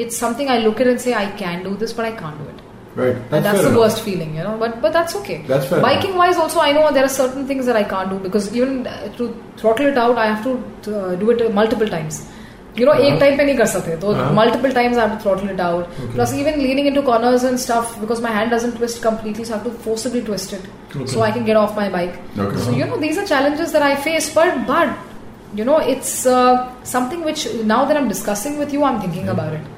S1: it's something I look at and say I can do this, but I can't do it.
S5: Right.
S1: And that's
S5: fair
S1: the
S5: enough.
S1: worst feeling, you know. But but that's okay.
S5: That's fair
S1: Biking wise, also I know there are certain things that I can't do because even uh, to throttle it out, I have to uh, do it uh, multiple times. You know,
S5: Uh-huh.
S1: एक time पे नहीं कर सकते तो multiple times I have to throttle it out. Plus even leaning into corners and stuff because my hand doesn't twist completely, so I have to forcibly twist it so I can get off my bike.
S5: Okay.
S1: So you know, these are challenges that I face, but but you know, it's uh, something which now that I'm discussing with you, I'm thinking about it.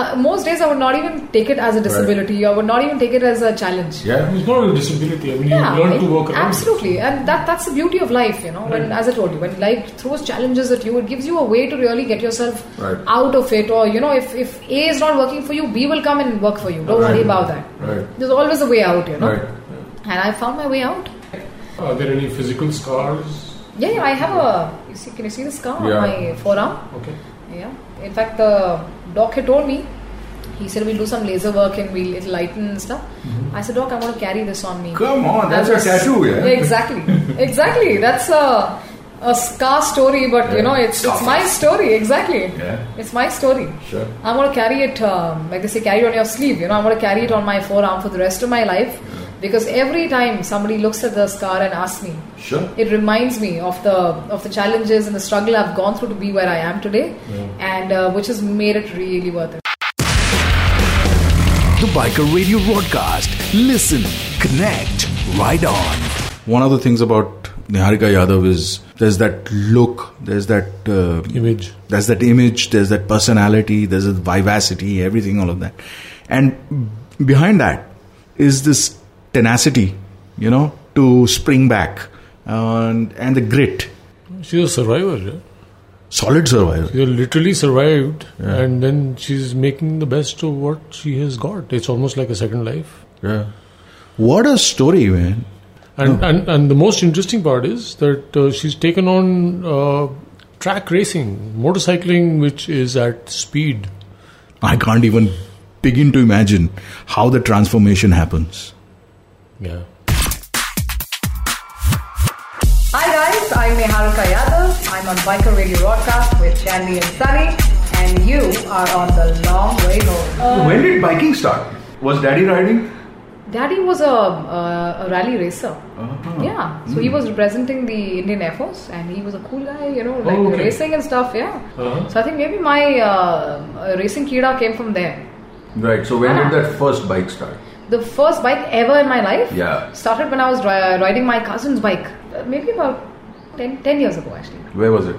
S1: Uh, most days, I would not even take it as a disability. I would not even take it as a challenge.
S5: Yeah.
S2: It's not a disability. I mean, you learn to
S1: it-
S2: work around. it.
S1: absolutely, and that that's the beauty of life, you know. When, as I told you, when life throws challenges at you, it gives you a way to really get yourself
S5: Right.
S1: out of it. Or you know, if if A is not working for you, B will come and work for you. Don't worry
S5: Right.
S1: about that.
S5: Right.
S1: There's always a way out, you know.
S5: Right.
S1: And I found my way out.
S2: Are there any physical scars?
S1: Yeah, yeah, I have a. You see, can you see the scar
S5: Yeah.
S1: on my forearm?
S2: Okay.
S1: Yeah. In fact, the doc had told me. He said we'll do some laser work and we'll it'll lighten and stuff.
S2: Mm-hmm.
S1: I said, doc, I'm going to carry this on me.
S5: Come on, Oh, that's
S1: That
S5: a tattoo, yeah.
S1: Exactly, exactly. That's a a scar story, but you
S5: Yeah.
S1: know, it's it's my story. Exactly.
S5: Yeah.
S1: It's my story.
S5: Sure.
S1: I'm going to carry it, um, like they say, carry it on your sleeve. You know, I'm going to carry it on my forearm for the rest of my life because every time somebody looks at the scar and asks me,
S5: Sure.
S1: it reminds me of the of the challenges and the struggle I've gone through to be where I am today, and uh, which has made it really worth it.
S6: The Biker Radio broadcast. Listen, connect, ride on.
S4: One of the things about Niharika Yadav is there's that look, there's that uh,
S2: Image.
S4: there's that image, there's that personality, there's that vivacity, everything, all of that. And behind that is this tenacity, you know, to spring back and, and the grit.
S2: She's a survivor. Yeah?
S4: Solid survivor.
S2: She literally survived, and then she's making the best of what she has got. It's almost like a second life.
S4: Yeah. What a story, man.
S2: And and, and the most interesting part is that uh, she's taken on uh, track racing, motorcycling, which is at speed.
S4: I can't even begin to imagine how the transformation happens.
S2: Yeah.
S1: Hi guys, I'm Neharika Yadav. I'm on Biker Radio Broadcast with Chandni and Sunny, and you are on the long way home.
S5: when did biking start? Was daddy riding?
S1: Daddy was a, uh, a rally racer.
S5: Uh-huh.
S1: Yeah, so
S5: Hmm.
S1: he was representing the Indian Air Force, and he was a cool guy, you know, like
S5: Oh, okay. Uh-huh.
S1: racing and stuff. Yeah. So I think maybe my uh, uh, racing kida came from there.
S5: Right. So when
S1: Ah.
S5: did that first bike start?
S1: The first bike ever in my life
S5: Yeah.
S1: started when I was ri- riding my cousin's bike, uh, maybe about 10, 10 years ago actually.
S5: Where was it?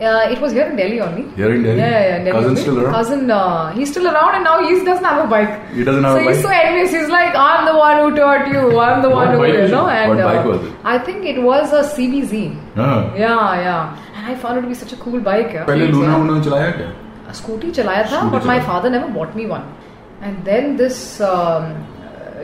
S1: Uh, it was here in Delhi only.
S5: Here in Delhi?
S1: Yeah, yeah, Delhi
S5: Cousin
S1: only.
S5: still around?
S1: Cousin, uh, he's still around, and now he doesn't have a bike.
S5: He doesn't have
S1: so
S5: a
S1: he's so
S5: bike?
S1: envious. He's like, I'm the one who taught you. I'm the one who,
S5: bike
S1: you
S5: was
S1: know.
S5: it?
S1: And
S5: What
S1: uh,
S5: bike was it?
S1: I think it was a CBZ.
S5: हाँ
S1: Yeah, yeah. And I found it to be such a cool bike. Yeah.
S5: पहले
S1: It's,
S5: Luna
S1: uh,
S5: वूना चलाया क्या
S1: scooty चलाया था
S5: Scooty
S1: but my
S5: चलाया।
S1: Father never bought me one and then this um,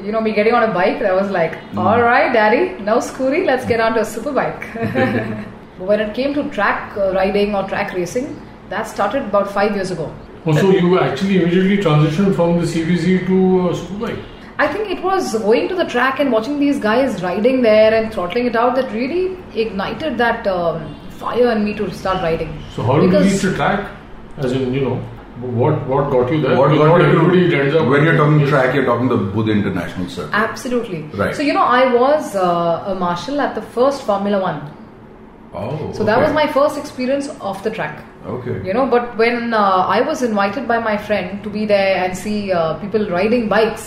S1: you know me getting on a bike I was like
S5: Hmm.
S1: Alright daddy now scooty let's get on to a super bike when it came to track uh, riding or track racing that started about 5 years ago
S2: Also, you actually immediately transitioned from the CBC to uh, Superbike.
S1: i think it was going to the track and watching these guys riding there and throttling it out that really ignited that um, fire in me to start riding
S2: So how do you
S1: Because-
S2: lead to track? As in, you know, what what got you there?
S5: What
S2: Because
S5: got
S2: not
S5: you to-
S2: everybody ends up
S5: when you're talking
S2: Yes.
S5: track, you're talking the Buddha International Circuit.
S1: Absolutely.
S5: Right.
S1: So you know, I was uh, a marshal at the first Formula One.
S5: Oh,
S1: So that was my first experience off the track.
S5: okay.
S1: You know, but when uh, I was invited by my friend to be there and see uh, people riding bikes,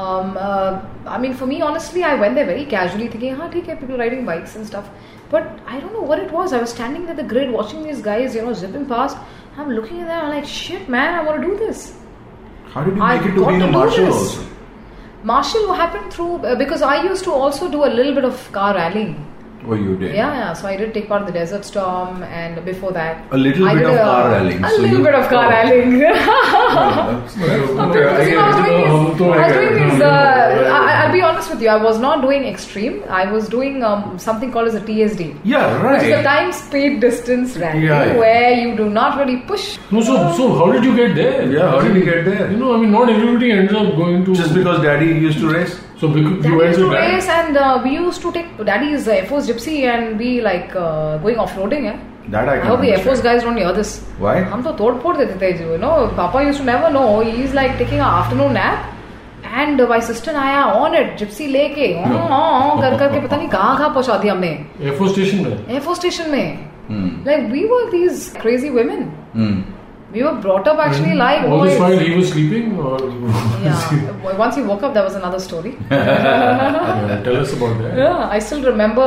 S1: um, uh, I mean, for me, honestly, I went there very casually thinking, ah, okay, people riding bikes and stuff. But I don't know what it was. I was standing at the grid watching these guys, you know, zipping past. I'm looking at them, I'm like, shit, man, I want to do this.
S5: How did you
S1: I
S5: make it to
S1: got
S5: being
S1: to
S5: a
S1: do
S5: marshal
S1: this.
S5: also?
S1: Marshal happened through uh, because I used to also do a little bit of car rallying.
S5: Oh, you did.
S1: Yeah, yeah. So I did take part in the Desert Storm, and before that,
S5: A little
S1: I
S5: bit
S1: did
S5: of
S1: a-
S5: car rallying.
S1: A
S5: So
S1: little
S5: you-
S1: bit of car
S5: Oh.
S1: rallying.
S5: Okay,
S1: Because, you know, I was
S5: I
S1: doing
S5: get it.
S1: these-
S2: no,
S1: I was
S2: I
S1: doing
S2: get it.
S1: these.
S2: No,
S1: uh,
S2: no, no.
S1: I- I'll be honest with you. I was not doing extreme. I was doing um, something called as a TSD.
S5: Yeah,
S1: Which is a
S5: right.
S1: time, speed, distance rally,
S5: Yeah, yeah.
S1: where you do not really push. Uh,
S2: No, so so how did you get there?
S5: Yeah, how did you get
S2: You
S5: there?
S2: know, I mean, not everybody ends up going to
S5: Just because daddy used to race?
S2: So because
S1: Daddy
S2: you went
S1: used
S2: to
S1: to
S2: that.
S1: race, and uh, we used to take daddy's uh, Air Force Gypsy and be like uh, going off roading. Yeah?
S5: That I
S1: I
S5: can
S1: hope the Air
S5: understand.
S1: Force guys don't hear this.
S5: Why?
S1: हम तो तोड़ फोड़ देते थे you know papa used to never know he is like taking afternoon nap and my sister आया on it gypsy लेके "Oh, oh, oh," कर करके पता नहीं कहाँ कहाँ पहुंचा दिया हमने
S2: Air Force Station में.
S1: एयरफोर्स स्टेशन में like we were these crazy women we were brought up actually like
S2: All this while he was sleeping or
S1: oh, yeah once you woke up that was another story
S2: tell us about that.
S1: Yeah, I still remember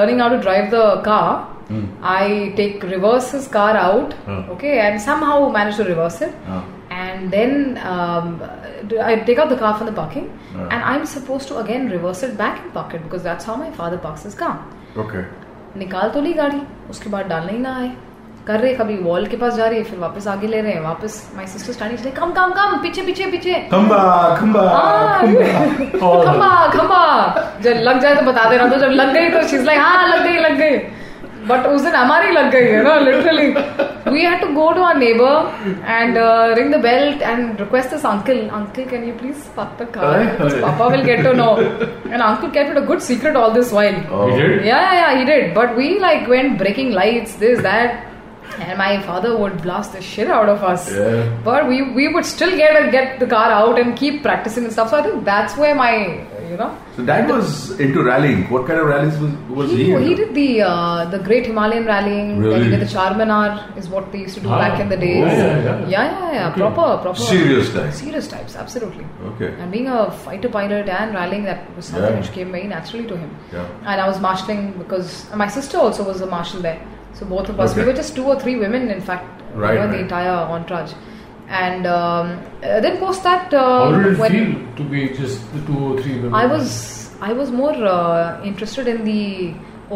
S1: learning how to drive the car. I take reverse his car out, okay, and somehow manage to reverse it. And then um, I take out the car from the parking, and I'm supposed to again reverse it back in pocket because that's how my father parks his car.
S5: Okay.
S1: निकाल तो ली गाड़ी उसके बाद डालना ही ना आए कर रहे कभी वॉल के पास जा रही है फिर वापस आगे ले रहे हैं वापस my sister standing come come come पीछे पीछे पीछे
S5: Come back, come
S1: हाँ,
S5: back, come back.
S2: All
S1: खंबा खंबा जब लग जाए तो बता देना तो जब लग गई तो शीज लाइक हाँ लग गई लग गई बट उस दिन हमारी लग गई है ना literally we had to go to our neighbour and ring the belt and request this uncle uncle can you please park the car पापा will get to know and uncle can it a good secret all this while
S5: Oh.
S2: He did.
S1: yeah, yeah, yeah, he did. But we like went breaking lights, this, that, and my father would blast the shit out of us.
S5: Yeah.
S1: But we we would still get get the car out and keep practicing and stuff. So I think that's where my you know
S5: So dad was into rallying. What kind of rallies was, was he,
S1: he,
S5: into?
S1: he did the uh, the Great Himalayan Rallying. Then he
S5: Really?
S1: did the Charminar is what they used to do
S2: Ah.
S1: back in the days.
S2: Yeah, yeah, yeah.
S1: yeah, yeah, yeah,
S2: Okay.
S1: Proper, proper.
S5: Serious types.
S1: Serious types, absolutely.
S5: Okay.
S1: And being a fighter pilot and rallying, that was something
S5: Yeah.
S1: which came very naturally to him.
S5: Yeah.
S1: And I was marshalling because my sister also was a marshal there. So both of us, we
S5: Okay.
S1: were just two or three women, in fact, we
S5: Right,
S1: were the
S5: right.
S1: entire entourage. And um, uh, then post that,
S2: How did
S1: uh,
S2: it feel to be just the two or three women?
S1: I was I was more uh, interested in the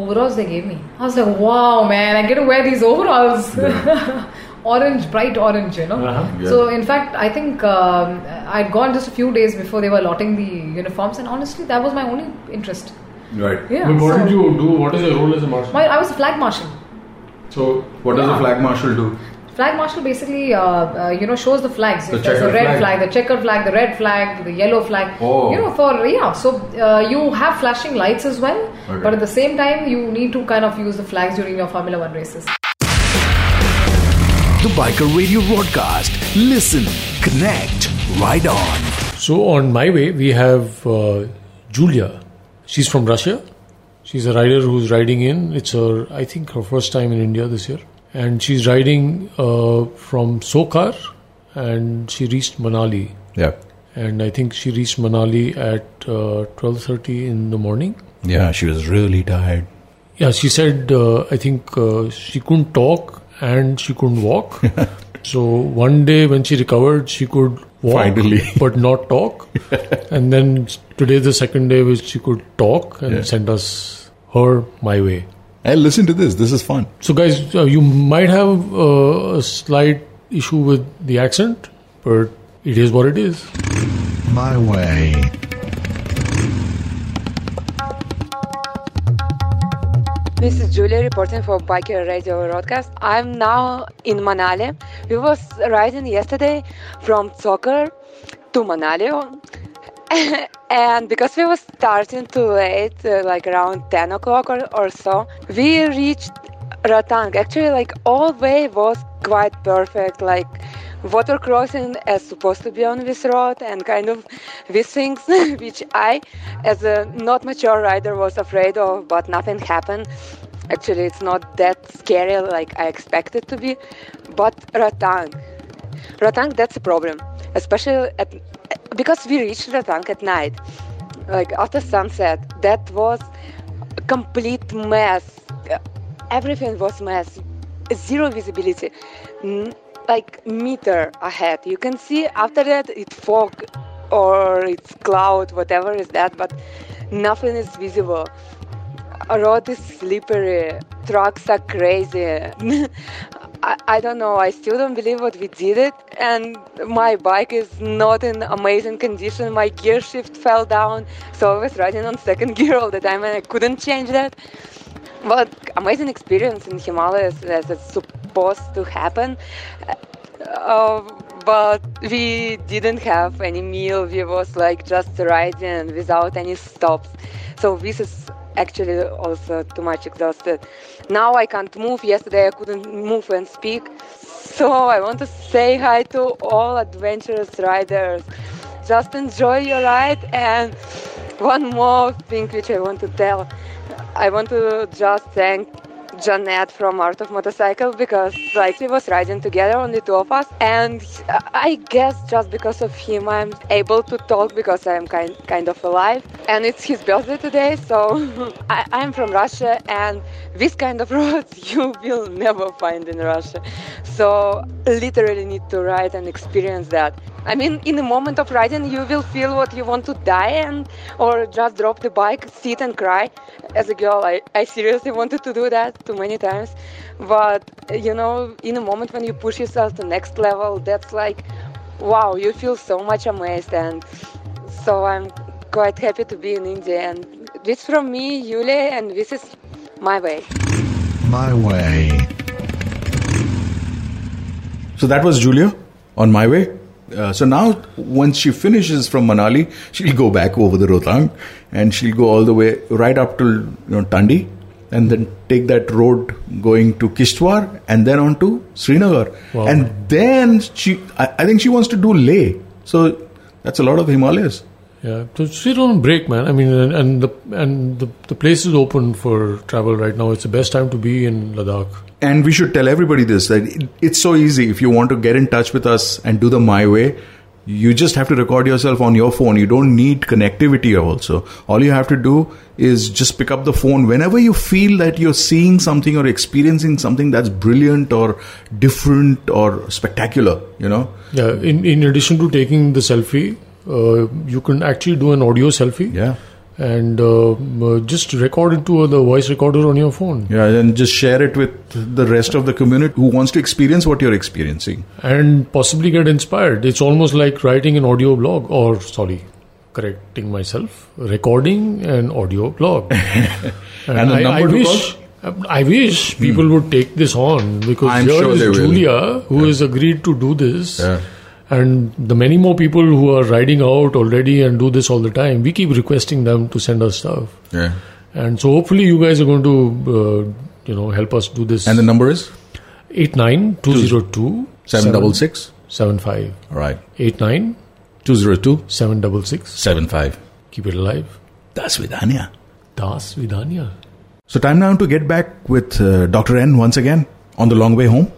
S1: overalls they gave me. I was like, wow, man, I get to wear these overalls. orange, bright orange, you know.
S2: Uh-huh.
S5: Yeah.
S1: So in fact, I think um, I'd gone just a few days before they were allotting the uniforms, and honestly, that was my only interest.
S5: Right.
S1: Yeah.
S2: But what
S1: so-
S2: did you do? What is your role as a marshal?
S1: My, I was a flag marshal.
S2: So
S5: What does a flag marshal do?
S1: Flag marshal basically, uh, uh, you know, shows the flags.
S5: The
S1: If there's a
S5: checkered
S1: red
S5: flag.
S1: flag. the checkered flag, the red flag, the yellow flag.
S5: Oh.
S1: You know, for yeah. So uh, you have flashing lights as well,
S5: Okay.
S1: but at the same time, you need to kind of use the flags during your Formula One races.
S6: The Biker Radio broadcast. Listen, connect, ride on.
S2: So on my way, we have uh, Julia. She's from Russia. She's a rider who's riding in. It's her, I think, her first time in India this year, and she's riding uh, from Sokar, and she reached Manali.
S4: Yeah.
S2: And I think she reached Manali at uh, twelve thirty in the morning.
S4: Yeah, she was really tired.
S2: Yeah, she said, uh, I think uh, she couldn't talk and she couldn't walk. so one day when she recovered, she could walk
S4: Finally.
S2: but not talk. and then today, the second day, which she could talk and
S4: Yeah.
S2: send us her my way.
S4: Hey, listen to this. This is fun.
S2: So, guys, uh, you might have uh, a slight issue with the accent, but it is what it is.
S10: My way.
S9: This is Julia reporting for Biker Radio broadcast. I'm now in Manali. We was riding yesterday from Tsokar to Manali, and because we were starting too late, uh, like around 10 o'clock or, or so, we reached Ratang. Actually, like all way was quite perfect. Like water crossing as supposed to be on this road, and kind of these things which I, as a not mature rider, was afraid of, but nothing happened. Actually, it's not that scary like I expected to be, but Ratang. Ratang, that's a problem, especially at because we reached Ratang at night, like after sunset. That was a complete mess. Everything was mess. Zero visibility, N- like meter ahead. You can see after that it fog or it's cloud, whatever is that, but nothing is visible. A road is slippery. Trucks are crazy. I, I don't know. I still don't believe what we did it. And my bike is not in amazing condition. My gear shift fell down. So I was riding on second gear all the time and I couldn't change that. But amazing experience in Himalayas as it's supposed to happen. Uh, but we didn't have any meal. We was like just riding without any stops. So this is actually also too much exhausted. Now I can't move. Yesterday I couldn't move and speak. So I want to say hi to all adventurous riders. Just enjoy your ride. And one more thing which I want to tell. I want to just thank Janet from Art of Motorcycle because like we was riding together, only two of us, and I guess just because of him I'm able to talk because I'm kind kind of alive, and it's his birthday today, so I, I'm from Russia, and this kind of roads you will never find in Russia, so literally need to ride and experience that. I mean, in the moment of riding, you will feel what you want to die and or just drop the bike, sit and cry. As a girl, I, I seriously wanted to do that too many times. But you know, in a moment when you push yourself to next level, that's like, wow, you feel so much amazed. And so I'm quite happy to be in India. And this from me, Yulia, and this is my way.
S10: My way.
S4: So that was Julia on my way. Uh, so now, once she finishes from Manali, she'll go back over the Rotang and she'll go all the way right up to you know, Tandi and then take that road going to Kishtwar and then on to Srinagar.
S2: Wow.
S4: And then she, I, I think she wants to do Leh. So that's a lot of Himalayas.
S2: Yeah, so sit on break, man. I mean, and, and the and the, the place is open for travel right now. It's the best time to be in Ladakh.
S4: And we should tell everybody this that it- it's so easy. If you want to get in touch with us and do the My Way, you just have to record yourself on your phone. You don't need connectivity also. All you have to do is just pick up the phone whenever you feel that you're seeing something or experiencing something that's brilliant or different or spectacular, you know?
S2: Yeah. In in addition to taking the selfie, uh, you can actually do an audio selfie.
S4: Yeah.
S2: And uh, uh, just record it to the voice recorder on your phone.
S4: Yeah, and just share it with the rest of the community who wants to experience what you're experiencing.
S2: and possibly get inspired. It's almost like writing an audio blog, or sorry, correcting myself, recording an audio blog. and
S4: the number
S2: I
S4: to
S2: wish um,
S4: call? Hmm.
S2: I wish people would take this on because
S4: I'm
S2: here
S4: sure
S2: is
S4: they will.
S2: Julia who has agreed to do this. And the many more people who are riding out already and do this all the time, we keep requesting them to send us stuff.
S4: Yeah.
S2: And so hopefully you guys are going to, uh, you know, help us do this.
S4: And the number is?
S2: 89202
S4: 766?
S2: 75.
S4: All right.
S2: 89
S4: 202
S2: 766.
S4: 75.
S2: Keep it alive.
S4: Das Vidania.
S2: Das Vidania.
S4: So, time now to get back with uh, Dr. N once again on the long way home.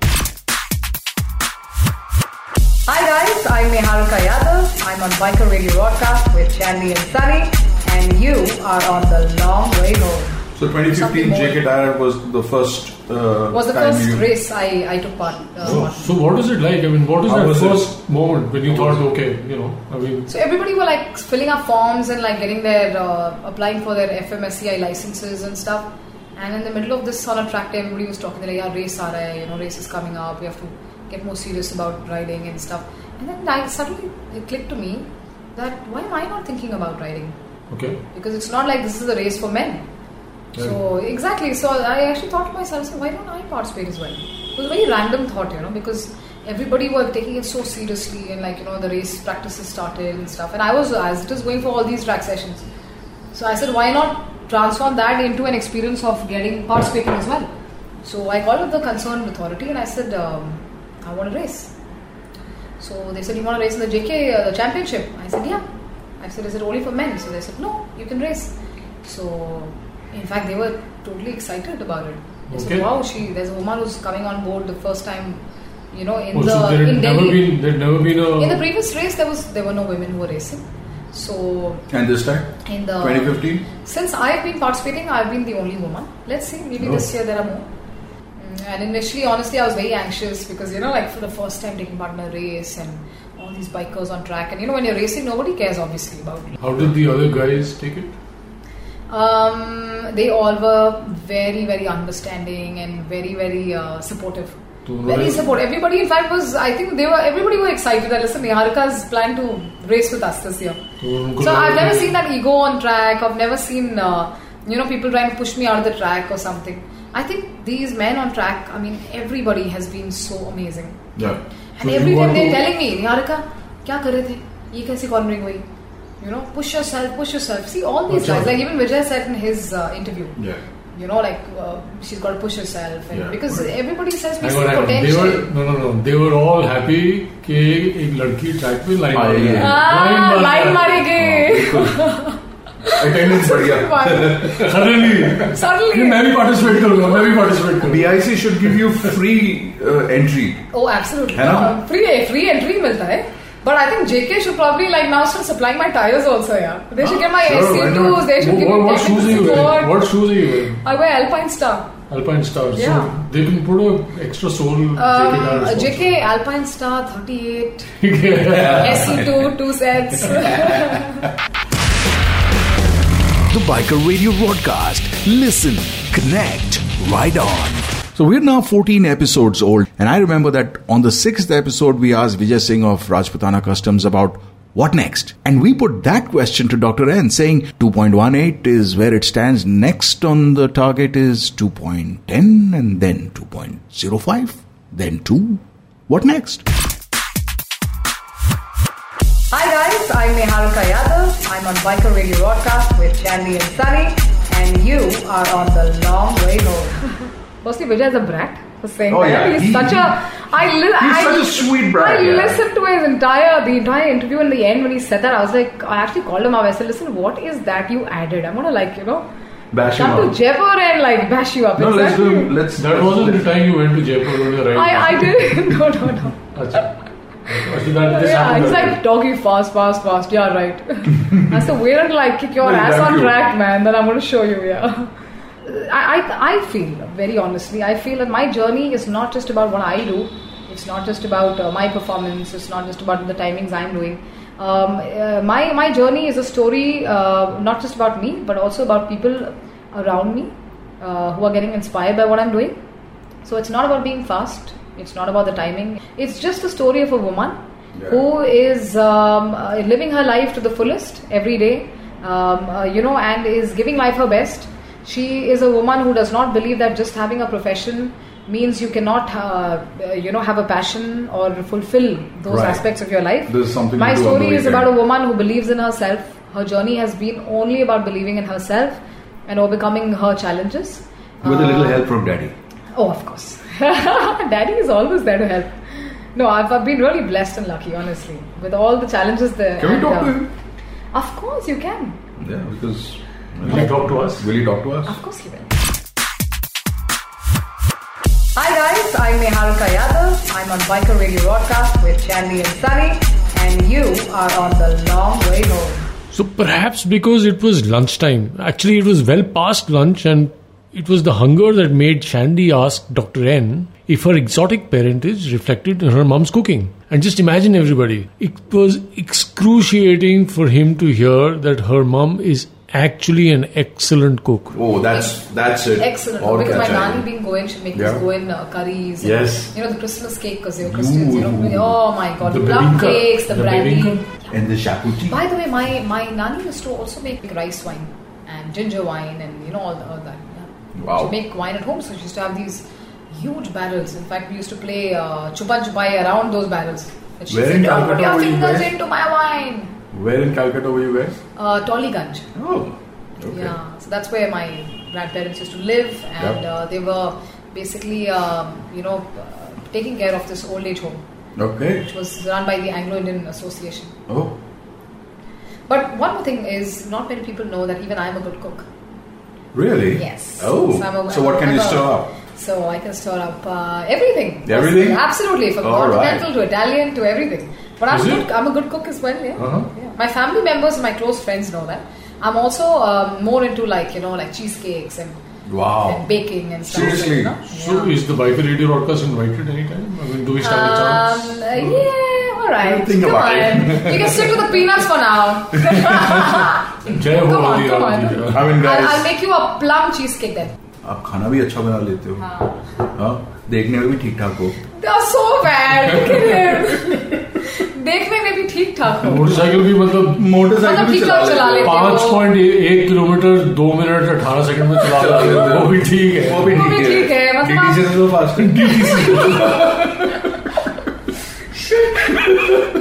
S1: Hi guys, I'm Neharuka Yadav. I'm on Biker Radio Broadcast with Chandni and Sunny, and you are on the long way home.
S5: So 2015
S1: Something
S5: JK Dyer was the first. Uh,
S1: Was the
S5: time
S1: first
S5: you-
S1: race I, I took part. Uh, on.
S2: So what was it like? I mean, what was
S5: How
S2: that
S5: was it?
S2: first moment when you thought, okay, you know, I mean,
S1: So everybody were like filling up forms and like getting their uh, applying for their FMSCI licenses and stuff. And in the middle of this on a track, day, everybody was talking like, "Yeah, race aa raha hai, you know, race is coming up. We have to get more serious about riding and stuff." And then I suddenly it clicked to me that why am I not thinking about riding?
S2: okay,
S1: because it's not like this is a race for men. So exactly. So I actually thought to myself, so why don't I participate as well? It was a very random thought, you know, because everybody were taking it so seriously and like you know the race practices started and stuff, and I was as it is going for all these track sessions. So I said, why not transform that into an experience of getting participating as well? So I called up the concerned authority and I said, um, I want to race. So they said, You want to race in the JK uh, the championship? I said, Yeah. I said, Is it only for men? So they said, No, you can race. So, in fact, they were totally excited about it. They said,
S2: Okay.
S1: Wow, she, there's a woman who's coming on board the first time, you know, in
S2: oh, so
S1: the.
S2: there
S1: in
S2: had never
S1: Delhi.
S2: been, uh, there had never been a.
S1: in the previous race, there was there were no women who were racing. So,
S5: And this time?
S1: in the
S5: 2015?
S1: since I've been participating, I've been the only woman. Let's see, maybe
S2: Oh.
S1: this year there are more. Mm, And initially, honestly, I was very anxious because you know, like for the first time taking part in a race and all these bikers on track, and you know, when you're racing, nobody cares obviously about.
S2: how did the other guys take it?
S1: Um, they all were very, very understanding and very, very uh, supportive.
S2: To
S1: Very
S2: race.
S1: supportive. Everybody, in fact, was I think they were everybody were excited that listen, Niharika's planned to race with us this year.
S2: So,
S1: So I've never seen that ego on track. I've never seen uh, you know people trying to push me out of the track or something. I think these men on track. I mean, everybody has been so amazing.
S5: Yeah.
S1: And
S2: So
S1: every
S2: you
S1: time
S2: want
S1: they're
S2: to-
S1: telling me, Niharika, क्या कर रहे थे? ये कैसे cornering हुई? You know, push yourself, push yourself. See all these
S2: अच्छा।
S1: guys. Like even Vijay said in his uh, interview.
S5: Yeah.
S1: You know, like uh, she's got to push herself, and
S5: Yeah,
S1: because
S5: right.
S1: everybody says we
S2: Hang
S1: see
S2: on, hang on. They
S1: potential.
S2: were no, no, no. They were all happy कि एक लड़की track पे line
S5: आई है।
S1: Ah, line मारेगी.
S5: Attendance बढ़िया.
S2: Suddenly,
S1: Suddenly.
S2: ये मैं भी participate करूँगा, मैं भी participate करूँगा.
S5: BIC should give you free uh, entry.
S1: Oh, absolutely.
S5: है ना?
S1: Uh, free free entry मिलता है. But I think JK should probably like now start supplying my tires also, yeah. They should get my
S2: Sure, why
S1: AC
S2: not?
S1: tools. They should
S2: What-
S1: give
S2: what,
S1: me
S2: what
S1: technical
S2: shoes are you
S1: support.
S2: wearing? What shoes are you wearing?
S1: I wear Alpine Star.
S2: Alpine Star.
S1: Yeah.
S2: So they can put a extra sole.
S1: Um,
S2: JK.
S1: JK Alpine Star 38,
S2: JK.
S1: SE2 two sets.
S6: The Biker Radio Broadcast. Listen, connect, ride on.
S4: So we're now 14 episodes old, and I remember that on the sixth episode we asked Vijay Singh of Rajputana Customs about what next, and we put that question to Dr. N, saying 2.18 is where it stands. Next on the target is 2.10, and then 2.05, then two. What next?
S1: Hi guys, I'm Neharuka Yadav. I'm on Biker Radio Broadcast with Chandni and Sunny, and you are on the long way home. Firstly, Vijay is a brat for saying
S5: Oh,
S1: that.
S5: yeah.
S1: He's
S5: He-
S1: such a. I li-
S5: he's
S1: I,
S5: such a sweet brat,
S1: I
S5: yeah.
S1: listened to his entire the entire interview in the end when he said that. I was like, I actually called him up. I said, listen, what is that you added? I'm gonna like you know.
S5: Bash him
S1: come to
S5: up.
S1: Jaipur and like bash you up.
S5: No, let's
S1: Exactly.
S5: do. Let's.
S2: That wasn't the time you went to Jaipur or the right.
S1: I I did no no no.
S2: Achha. Achha, that, this
S1: Yeah,
S2: happened
S1: he's
S2: earlier.
S1: like doggy fast, fast, fast. Yeah, right. I said, wait until I kick your
S5: Well,
S1: ass
S5: thank
S1: on
S5: you.
S1: track, man. Then I'm going to show you. Yeah. I, I, I feel very honestly, I feel that my journey is not just about what I do. It's not just about uh, my performance. It's not just about the timings I'm doing. Um, uh, my my journey is a story uh, not just about me, but also about people around me uh, who are getting inspired by what I'm doing. So it's not about being fast. It's not about the timing. It's just the story of a woman who is um, uh, living her life to the fullest every day. Um, uh, you know, and is giving life her best. She is a woman who does not believe that just having a profession means you cannot, uh, uh, you know, have a passion or fulfill those
S4: Right.
S1: aspects of your life.
S4: There's something
S1: My
S4: to do on the
S1: story is
S4: weekend.
S1: about a woman who believes in herself. Her journey has been only about believing in herself and overcoming her challenges.
S5: With a little
S1: Uh,
S5: help from daddy.
S1: Oh, of course. Daddy is always there to help. No, I've, I've been really blessed and lucky, honestly, with all the challenges there.
S5: Can we talk to him?
S1: Of course, you can.
S5: Yeah, because.
S2: Will he talk to us?
S5: Will he talk to us?
S1: Of course, you will. Hi, guys. I'm Neharika Yadav. I'm on Biker Radio Broadcast with Chandni and Sunny, and you are on the long way home.
S2: So perhaps because it was lunchtime, actually it was well past lunch, and it was the hunger that made Shandy ask Dr. N if her exotic parentage reflected in her mom's cooking. And just imagine everybody, it was excruciating for him to hear that her mom is actually an excellent cook.
S5: Oh, that's that's it.
S1: Excellent.
S5: All
S1: because my
S5: catch
S1: nani
S5: up.
S1: being Goan, she makes
S5: Yeah.
S1: us Goan uh, curries. and,
S5: Yes.
S1: you know, the Christmas cake, because you're Christians. You know, oh my God. The, plum
S5: bibinka.
S1: cakes, the, brandy.
S5: and the shakuti.
S1: By the way, my, my nani used to also make rice wine and ginger wine and you know all, the, all that. Yeah.
S5: Wow.
S1: She make wine at home, so she used to have these huge barrels. In fact, we used to play uh, chupa chupai around those barrels. And she'd
S5: Where
S1: say,
S5: in
S1: "Don't put
S5: Calcutta
S1: your
S5: were you
S1: fingers
S5: guys?"
S1: into my wine.
S5: Where in Calcutta were you guys?
S1: Uh, Tollyganj.
S5: Oh, okay.
S1: Yeah, so that's where my grandparents used to live, and
S5: Yep.
S1: uh, they were basically um, you know uh, taking care of this old age home,
S5: Okay.
S1: which was run by the Anglo Indian Association.
S5: Oh,
S1: But one more thing is, not many people know that even I'm a good cook.
S5: really?
S1: Yes.
S5: Oh,
S1: So I'm a-
S5: so what can
S1: I'm
S5: you
S1: a-
S5: stir up?
S1: So I can stir up uh, everything.
S5: Everything?
S1: Absolutely, from
S5: All right.
S1: continental to Italian to everything. But I'm
S5: Is it?
S1: good. I'm a good cook as well. Yeah.
S5: Uh-huh.
S1: Yeah. My family members, my close friends know that. I'm also um, more into like you know like cheesecakes and,
S5: Wow.
S1: and baking and stuff.
S5: Seriously?
S1: You know?
S2: So is the Biker Radio broadcast invited anytime? I mean, do we stand a
S1: Um,
S2: chance?
S1: uh, yeah, all right.
S5: Think
S1: come
S5: about
S1: on.
S5: it.
S1: you can stick to the peanuts for now.
S2: Jai
S1: come on,
S2: Ho, Adi
S1: come on.
S2: Adi.
S5: I mean,
S1: I'll, I'll
S5: guys,
S1: make you a plum cheesecake then.
S5: आप खाना भी अच्छा बना लेते हो हाँ देखने में भी ठीक ठाक हो
S1: They are so bad. Look at him. देखने में भी ठीक ठाक हो
S2: मोटरसाइकिल भी मतलब
S1: मतलब ठीक ठाक चला लेते हो
S2: पाँच पॉइंट एक किलोमीटर दो मिनट अठारह सेकंड में चला रहा है वो भी ठीक है
S5: वो भी
S1: वो भी ठीक है, मतलब आप-
S5: DTC से तो fast है।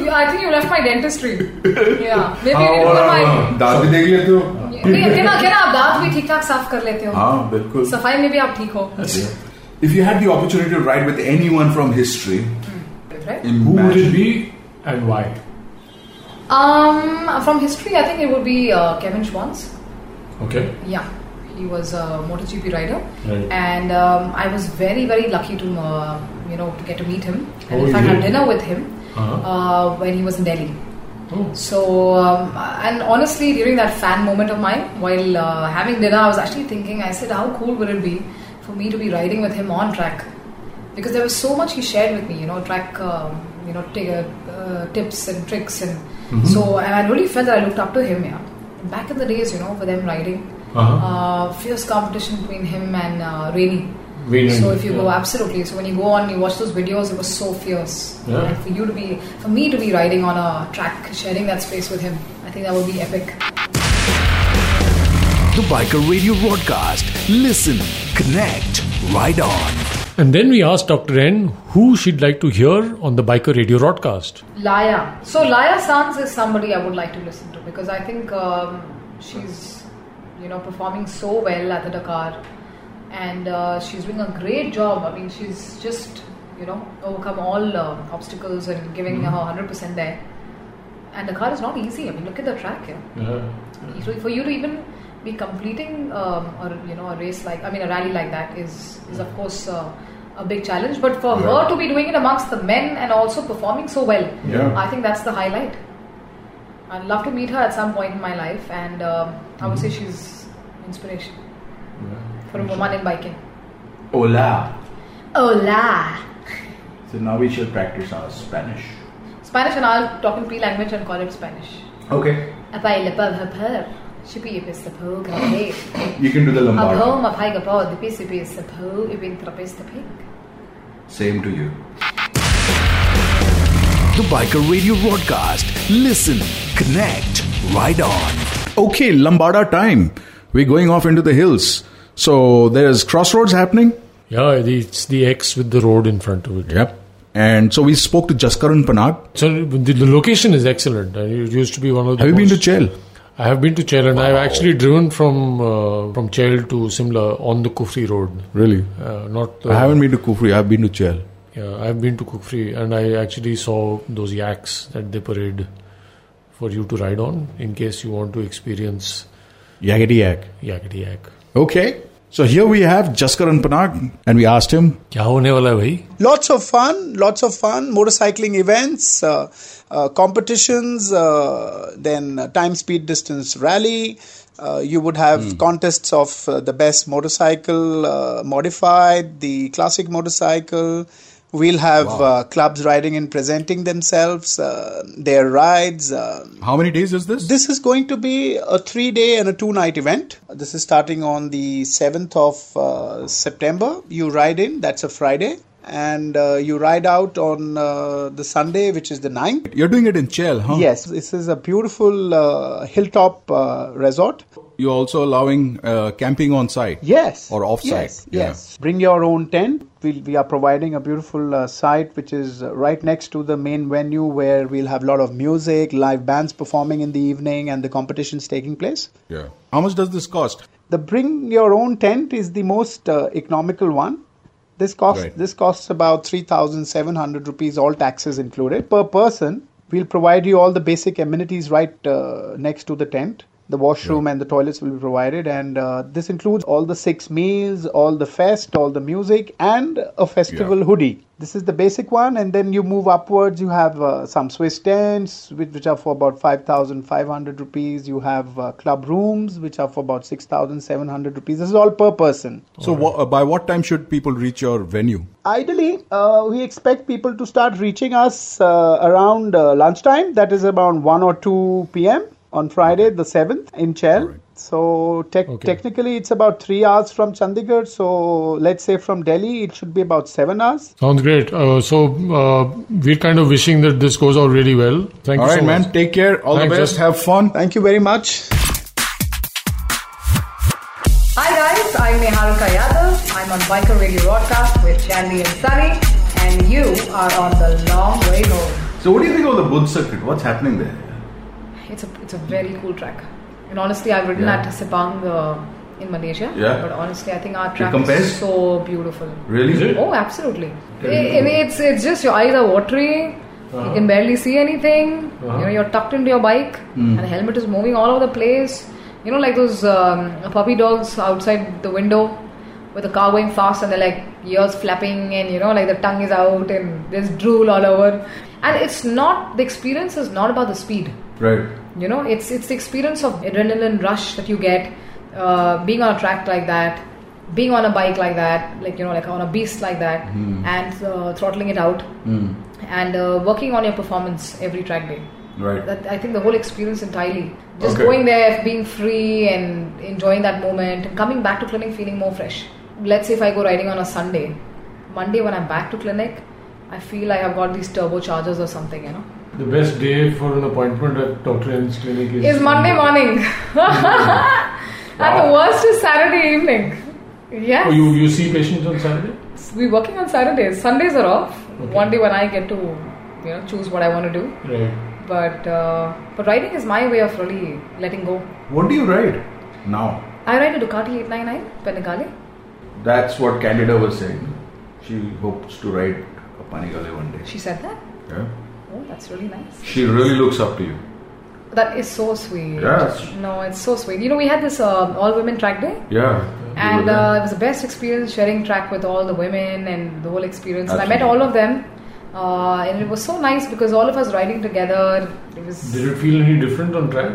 S1: You- I think you left my dentistry. Yeah. Maybe you need to
S5: और
S1: go my.
S5: आप दांत भी देख लेते हो
S1: नहीं, कहना कहना आप दांत भी ठीक ठाक साफ कर लेते हो
S5: हाँ बिल्कुल
S1: सफाई में भी आप ठीक हो
S5: If you had the opportunity to ride with anyone from history,
S1: right?
S2: Who would it
S5: imagine
S2: be and why?
S1: Um, from history, I think it would be uh, Kevin Schwantz.
S2: Okay.
S1: Yeah, he was a MotoGP rider,
S2: Right.
S1: and um, I was very very lucky to uh, you know to get to meet him. And
S2: Oh,
S1: in fact,
S2: yeah.
S1: had dinner with him
S2: Uh-huh.
S1: uh, when he was in Delhi.
S2: Oh.
S1: So, um, and honestly, during that fan moment of mine, while uh, having dinner, I was actually thinking, I said, how cool would it be for me to be riding with him on track? Because there was so much he shared with me, you know, track, um, you know, t- uh, uh, tips and tricks. And
S2: Mm-hmm.
S1: so, and I really felt that I looked up to him, yeah. Back in the days, you know, with them riding,
S2: Uh-huh.
S1: uh, fierce competition between him and uh, Rainy.
S2: Rainy,
S1: So if you go
S2: yeah.
S1: absolutely, so when you go on, you watch those videos. It was so fierce.
S2: Yeah.
S1: And for you to be, for me to be riding on a track, sharing that space with him, I think that would be epic.
S6: The Biker Radio Broadcast. Listen, connect, ride on.
S2: And then we asked Dr. N who she'd like to hear on the Biker Radio broadcast.
S1: Laya. So Laya Sanz is somebody I would like to listen to because I think um, she's, you know, performing so well at the Dakar, and uh, she's doing a great job. I mean, she's just, you know, overcome all uh, obstacles and giving her 100% there. And Dakar is not easy. I mean, look at the track. Yeah. So for you to even be completing um, or you know a race like I mean a rally like that is is of course uh, a big challenge. But for her to be doing it amongst the men and also performing so well,
S5: Yeah.
S1: I think that's the highlight. I'd love to meet her at some point in my life, and um, I would say she's inspiration for a woman in biking.
S5: Hola.
S1: Hola.
S5: So now we shall practice our Spanish.
S1: Spanish and I'll talk in P language and call it Spanish.
S5: Okay. You can do the Lombardo. Same to you.
S6: The Biker Radio Broadcast. Listen, connect, ride on.
S4: Okay, Lambada time. We're going off into the hills. So there's crossroads happening.
S2: Yeah, it's the X with the road in front of it.
S4: Yep. And so we spoke to Jaskaran Panag.
S2: So the, the location is excellent. and It used to be one of the.
S4: Have you been to
S2: most-
S4: Chel?
S2: I have been to Chel, and I've actually driven from uh, from Chel to Simla on the Kufri Road.
S4: Really?
S2: Uh, not. The,
S4: I haven't been to Kufri. I've been to Chel.
S2: Yeah, I've been to Kufri, and I actually saw those yaks that they parade for you to ride on in case you want to experience
S4: Yakety yak.
S2: yakety yak.
S4: Okay. So here we have Jaskaran Panag, and we asked him,
S2: क्या होने वाला है भाई?
S9: lots of fun, lots of fun, motorcycling events, uh, uh, competitions, uh, then uh, time, speed, distance rally. Uh, you would have contests of uh, the best motorcycle uh, modified, the classic motorcycle. We'll have uh, clubs riding and presenting themselves, uh, their rides. Uh,
S4: How many days is this?
S9: this is going to be a three day and a two night event. This is starting on the 7th of uh, September. You ride in, that's a Friday, and uh, you ride out on uh, the Sunday, which is the 9th.
S4: You're doing it in Chel, huh?
S9: Yes, this is a beautiful uh, hilltop uh, resort.
S4: You're also allowing uh, camping on site.
S9: Yes.
S4: Or off-site.
S9: Yes.
S4: Yeah.
S9: Yes. Bring your own tent. We'll, we are providing a beautiful uh, site which is uh, right next to the main venue where we'll have a lot of music, live bands performing in the evening, and the competitions taking place.
S4: Yeah. How much does this cost?
S9: The bring your own tent is the most uh, economical one. This costs
S4: Right.
S9: this costs about three thousand seven hundred rupees, all taxes included per person. We'll provide you all the basic amenities right uh, next to the tent. The washroom and the toilets will be provided, and uh, this includes all the six meals, all the fest, all the music, and a festival hoodie. This is the basic one, and then you move upwards. You have uh, some Swiss tents, which, which are for about 5,500 rupees. You have uh, club rooms, which are for about 6,700 rupees. This is all per person.
S4: So wha- uh, by what time should people reach your venue?
S9: Ideally, uh, we expect people to start reaching us uh, around uh, lunchtime. That is around 1 or 2 p.m. on Friday, the 7th, in Chel. So tec- technically, it's about 3 hours from Chandigarh. So let's say from Delhi, it should be about 7 hours.
S2: Sounds great. Uh, so uh, we're kind of wishing that this goes out really well. Thank
S4: All
S2: you
S4: right,
S2: so
S4: man.
S2: much.
S4: Take care. All
S2: Thanks,
S4: the best.
S2: Jas-
S4: Have fun.
S9: Thank you very much.
S1: Hi guys, I'm Neharuka Yadav. I'm on Biker Radio Broadcast with Chandy and Sunny, and you are on the long way home.
S5: So what do you think of the Buddh circuit? What's happening there?
S1: It's a it's a very cool track, and honestly, I've ridden
S5: Yeah.
S1: at Sepang uh, in Malaysia.
S5: Yeah.
S1: But honestly, I think our track
S5: compares?
S1: is so beautiful.
S5: Really? Is it?
S1: Oh, absolutely. I- and it's it's just your eyes are watery.
S5: Uh-huh.
S1: You can barely see anything. You know, you're tucked into your bike,
S5: Hmm.
S1: and the helmet is moving all over the place. You know, like those um, puppy dogs outside the window with the car going fast, and they're like ears flapping, and you know, like the tongue is out, and there's drool all over. And it's not the experience is not about the speed.
S5: Right.
S1: You know, it's it's the experience of adrenaline rush that you get uh, being on a track like that, being on a bike like that, like you know, like on a beast like that, and uh, throttling it out, and uh, working on your performance every track day.
S5: Right.
S1: That I think the whole experience entirely, just
S5: Okay.
S1: going there, being free and enjoying that moment, and coming back to clinic feeling more fresh. Let's say if I go riding on a Sunday, Monday when I'm back to clinic, I feel like I've got these turbochargers or something, you know.
S2: The best day for an appointment at Dr. N's clinic is,
S1: is Monday morning. And the worst is Saturday evening. Yes.
S2: Oh, you you see patients on Saturday?
S1: We're working on Saturdays. Sundays are off. One day when I get to, you know, choose what I want to do.
S2: Right.
S1: But uh, but riding is my way of really letting go.
S5: What do you ride now?
S1: I ride a Ducati 899 Panigale.
S5: That's what Candida was saying. She hopes to ride a Panigale one day.
S1: She said that.
S5: Yeah.
S1: Oh, that's really nice.
S5: She really looks up to you.
S1: That is so sweet.
S5: Yes.
S1: No, it's so sweet. You know, we had this uh, all women track day.
S5: Yeah.
S1: and uh, it was the best experience sharing track with all the women and the whole experience. And I met all
S5: Absolutely.
S1: of them, uh, and it was so nice because all of us riding together. It was.
S2: Did it feel any different on track?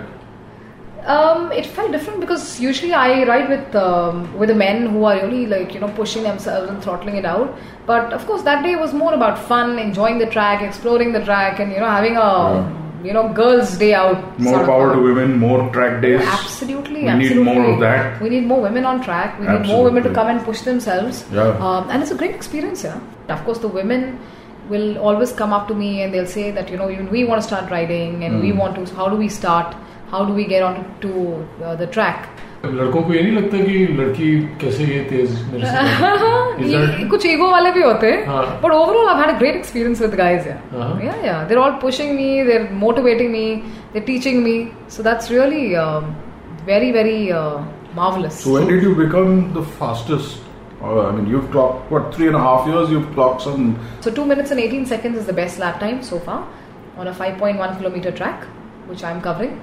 S1: Um, it felt different because usually I ride with um, with the men who are really like you know pushing themselves and throttling it out. But of course, that day was more about fun, enjoying the track, exploring the track, and you know having a you know girls' day out.
S5: more
S1: sort of
S5: power
S1: a-
S5: to women, more track days.
S1: Absolutely,
S5: We
S1: absolutely.
S5: need more of that.
S1: We need more women on track. We need more women to
S5: Absolutely.
S1: come and push themselves.
S5: Yeah.
S1: Um, and it's a great experience, you know. Of course, the women will always come up to me and they'll say that you know even we want
S5: Mm.
S1: to start riding and we want to. So how do we start? How do we get on to uh, the track?
S2: लड़कों को ये नहीं लगता कि लड़की कैसे ये तेज मेरे से Is that-
S1: ये कुछ ईगो वाले भी होते हैं
S2: हाँ।
S1: But overall I had a great experience with guys
S5: Uh-huh.
S2: हाँ।
S1: Yeah yeah they are all pushing me they are motivating me they teaching me so that's really very very marvellous
S5: So when did you become the fastest? Uh, I mean, you've clocked what three and a half years. You've clocked some.
S1: So 2 minutes and 18 seconds is the best lap time so far on a 5.1 kilometer track, which I'm covering.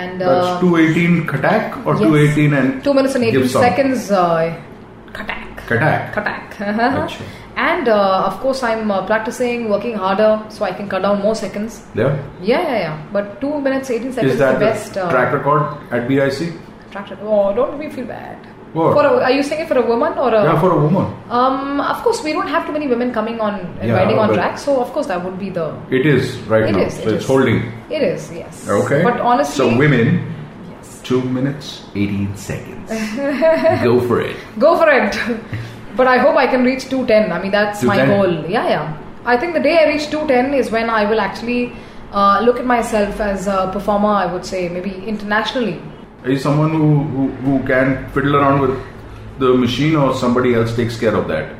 S1: And
S5: that's
S1: uh,
S5: 218 Katak or
S1: yes.
S5: 218 and
S1: 2 minutes and 18
S5: Gibson.
S1: seconds, uh, Katak.
S5: Katak.
S1: Katak. and uh, of course, I'm uh, practicing, working harder so I can cut down more seconds.
S5: Yeah.
S1: Yeah, yeah, yeah. But 2 minutes 18 seconds
S5: Is that
S1: the
S5: the
S1: best uh,
S5: track record at BIC?
S1: track record. Oh, don't we feel bad?
S5: What?
S1: For a, are you saying it for a woman or a?
S5: yeah, for a woman.
S1: um, of course, we don't have too many women coming on and
S5: Yeah,
S1: riding on
S5: but-
S1: track, so of course that would be the
S5: It is right
S1: It
S5: now.
S1: is,
S5: so
S1: it
S5: it's
S1: is.
S5: holding.
S1: It is, yes.
S5: Okay.
S1: But honestly,
S5: so women, two minutes eighteen seconds. Go for it.
S1: Go for it. but I hope I can reach 210. I mean, that's my
S5: 210?
S1: goal. Yeah, yeah. I think the day I reach 210 is when I will actually uh, look at myself as a performer, I would say, maybe internationally.
S5: Are you someone who, who, who can fiddle around with the machine, or somebody else takes care of that?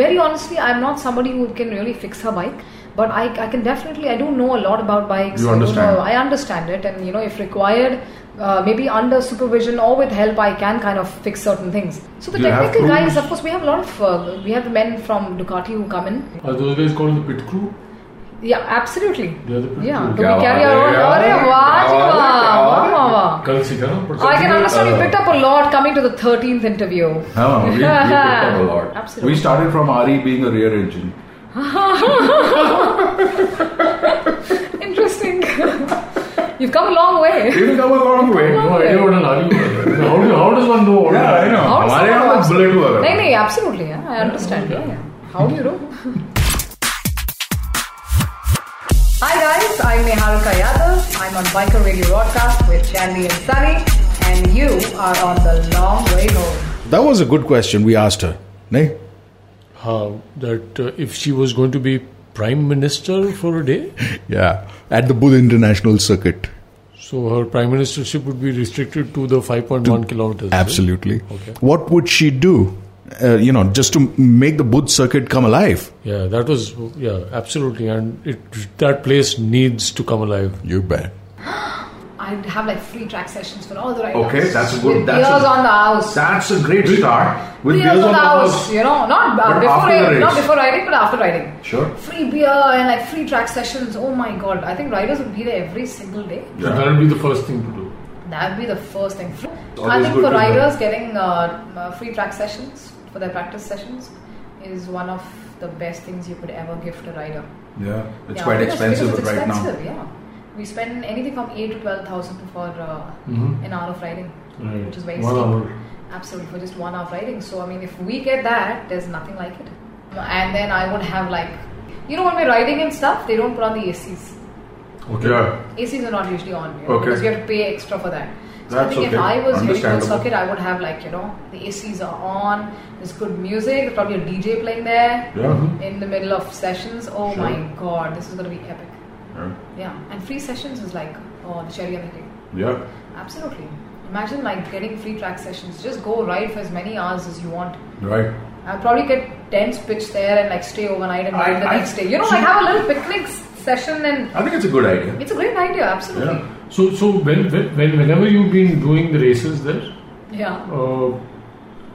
S1: Very honestly, I'm not somebody who can really fix her bike. But I, I can definitely, I do know a lot about bikes. I
S5: You
S1: do
S5: understand.
S1: know- I understand it. And, you know, if required, uh, maybe under supervision or with help, I can kind of fix certain things. So the
S2: You have
S1: technical
S2: crews?
S1: guys, of course, we have a lot of, uh, we have men from Ducati who come in.
S2: Are Uh, those guys called the pit crew?
S1: Yeah, absolutely.
S2: They are the pit
S1: Yeah,
S2: crew.
S1: do we carry our own? अरे वाह जी वाह वाह वाह वाह
S2: कल सीखा ना पर-
S1: I can understand you picked up a lot coming to the 13th interview.
S5: Oh, we, we picked up a lot.
S1: Absolutely.
S5: We started from RE being a rear engine.
S1: Interesting. You've come a long way.
S5: You've come a long way.
S2: No idea what an RE was. How, do, how does one know? what
S5: Yeah,
S2: an
S5: I know.
S2: RE is?
S5: हमारे यहाँ तो bullet हुआ
S1: नहीं नहीं absolutely yeah, I understand yeah, yeah. How do you know? Hi guys, I'm Neharika Yadav. I'm on Biker Radio Broadcast with Chandni and Sunny, and you are on the long way home.
S4: That was a good question we asked her. Nahi?
S2: How that uh, if she was going to be prime minister for a day,
S4: Yeah. At the Bull International Circuit.
S2: so her prime ministership would be restricted to the 5.1 kilometers. is it?
S4: Absolutely.
S2: Okay.
S4: What would she do? Uh, you know, just to make the Buddh circuit come alive.
S2: Yeah, that was yeah, absolutely, and it that place needs to come alive.
S4: You bet.
S1: I'd have like free track sessions for all the riders.
S5: Okay, that's a good.
S1: With
S5: That's
S1: beers
S5: a,
S1: on the house.
S5: That's a great start. With
S1: beers, on the house, you know, not uh,
S5: But
S1: before
S5: after the
S1: riding, not
S5: race.
S1: before riding, but after riding.
S5: Sure.
S1: Free beer and like free track sessions. Oh my god, I think riders would be there every single day.
S2: So that would be the first thing to do.
S1: That'd be the first thing. I
S2: always
S1: think
S2: good
S1: for
S2: to have.
S1: riders, getting uh, uh, free track sessions for their practice sessions is one of the best things you could ever gift a rider.
S5: Yeah, it's
S1: Yeah,
S5: quite
S1: because-
S5: expensive
S1: because it's
S5: right
S1: expensive, Yeah, we spend anything from eight to twelve thousand for uh,
S5: Mhm.
S1: an hour of riding,
S5: Right.
S1: which is very
S5: One
S1: steep.
S5: hour.
S1: Absolutely, for just one hour of riding. So I mean, if we get that, there's nothing like it. And then I would have like, you know, when we're riding and stuff, they don't put on the ACs.
S5: now. Okay. Yeah.
S1: ACs are not usually on you know,
S5: Okay.
S1: because you have to pay extra for that. So I
S5: That's
S1: think if
S5: okay.
S1: I was heading to the
S5: Understandable.
S1: circuit, I would have like you know the ACs are on. There's good music. There's probably a DJ playing there
S5: Yeah. mm-hmm.
S1: in the middle of sessions. Oh
S5: Sure.
S1: my god, this is gonna be epic.
S5: Yeah.
S1: Yeah, and free sessions is like oh the cherry on the cake.
S5: Yeah.
S1: Absolutely. Imagine like getting free track sessions. Just go ride for as many hours as you want.
S5: Right.
S1: I'll probably get tents pitched there and like stay overnight and ride the
S5: I-
S1: next day. You know,
S5: so-
S1: like have a little picnic s- session and
S5: I think it's a good idea.
S1: it's a great idea. Absolutely.
S2: So so when, when when- whenever you've been doing the races there,
S1: Yeah.
S2: uh,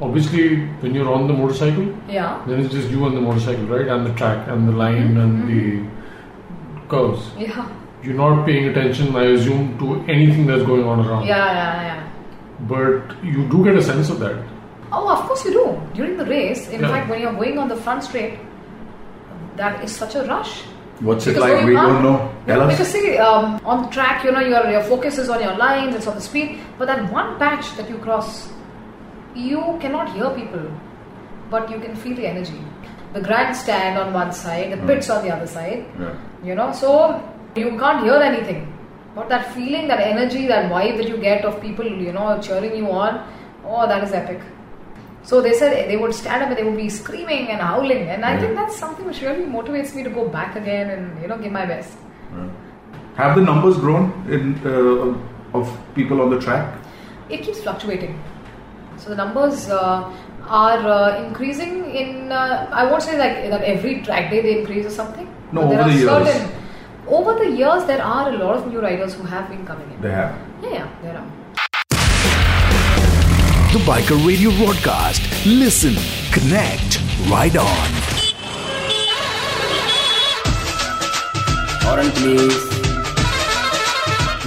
S2: obviously when you're on the motorcycle,
S1: Yeah.
S2: then it's just you on the motorcycle, right, and the track and the line and the curves.
S1: Yeah.
S2: You're not paying attention, I assume, to anything that's going on
S1: Yeah,
S2: around.
S1: yeah, yeah.
S2: But you do get a sense of that.
S1: Oh, of course you do. During the race, in
S2: Yeah.
S1: fact, when you're going on the front straight, that is such a rush.
S5: What's it
S1: Because
S5: like?
S1: you
S5: We
S1: can't-
S5: don't know. Tell us.
S1: Because see, um, on the track, you know, your, your focus is on your lines, it's on the speed. But that one patch that you cross, you cannot hear people, but you can feel the energy. The grandstand on one side, the
S5: Mm.
S1: pits on the other side.
S5: Yeah.
S1: You know, so you can't hear anything. But that feeling, that energy, that vibe that you get of people, you know, cheering you on, oh, that is epic. So they said they would stand up and they would be screaming and howling. And I
S5: Yeah.
S1: think that's something which really motivates me to go back again and, you know, give my best.
S5: Have the numbers grown in uh, of people on the track?
S1: it keeps fluctuating. So the numbers uh, are uh, increasing in. Uh, I won't say like that every track day they increase or something. but
S5: No,
S1: there
S5: over
S1: are
S5: the years.
S1: certain. Over the years, there are a lot of new riders who have been coming in.
S5: They have.
S1: Yeah, yeah, there are.
S6: The Biker Radio broadcast. Listen, connect, ride on.
S11: Horn please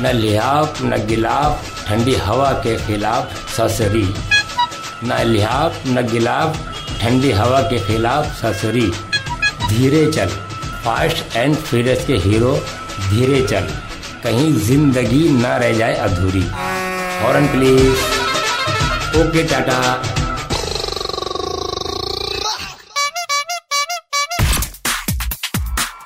S11: न लिहाफ न गिलाफ ठंडी हवा के खिलाफ ससरी न लिहाफ न गिलाफ ठंडी हवा के खिलाफ ससरी धीरे चल फास्ट एंड फ्यूरियस के हीरो धीरे चल कहीं जिंदगी न रह जाए अधूरी horn please okay tata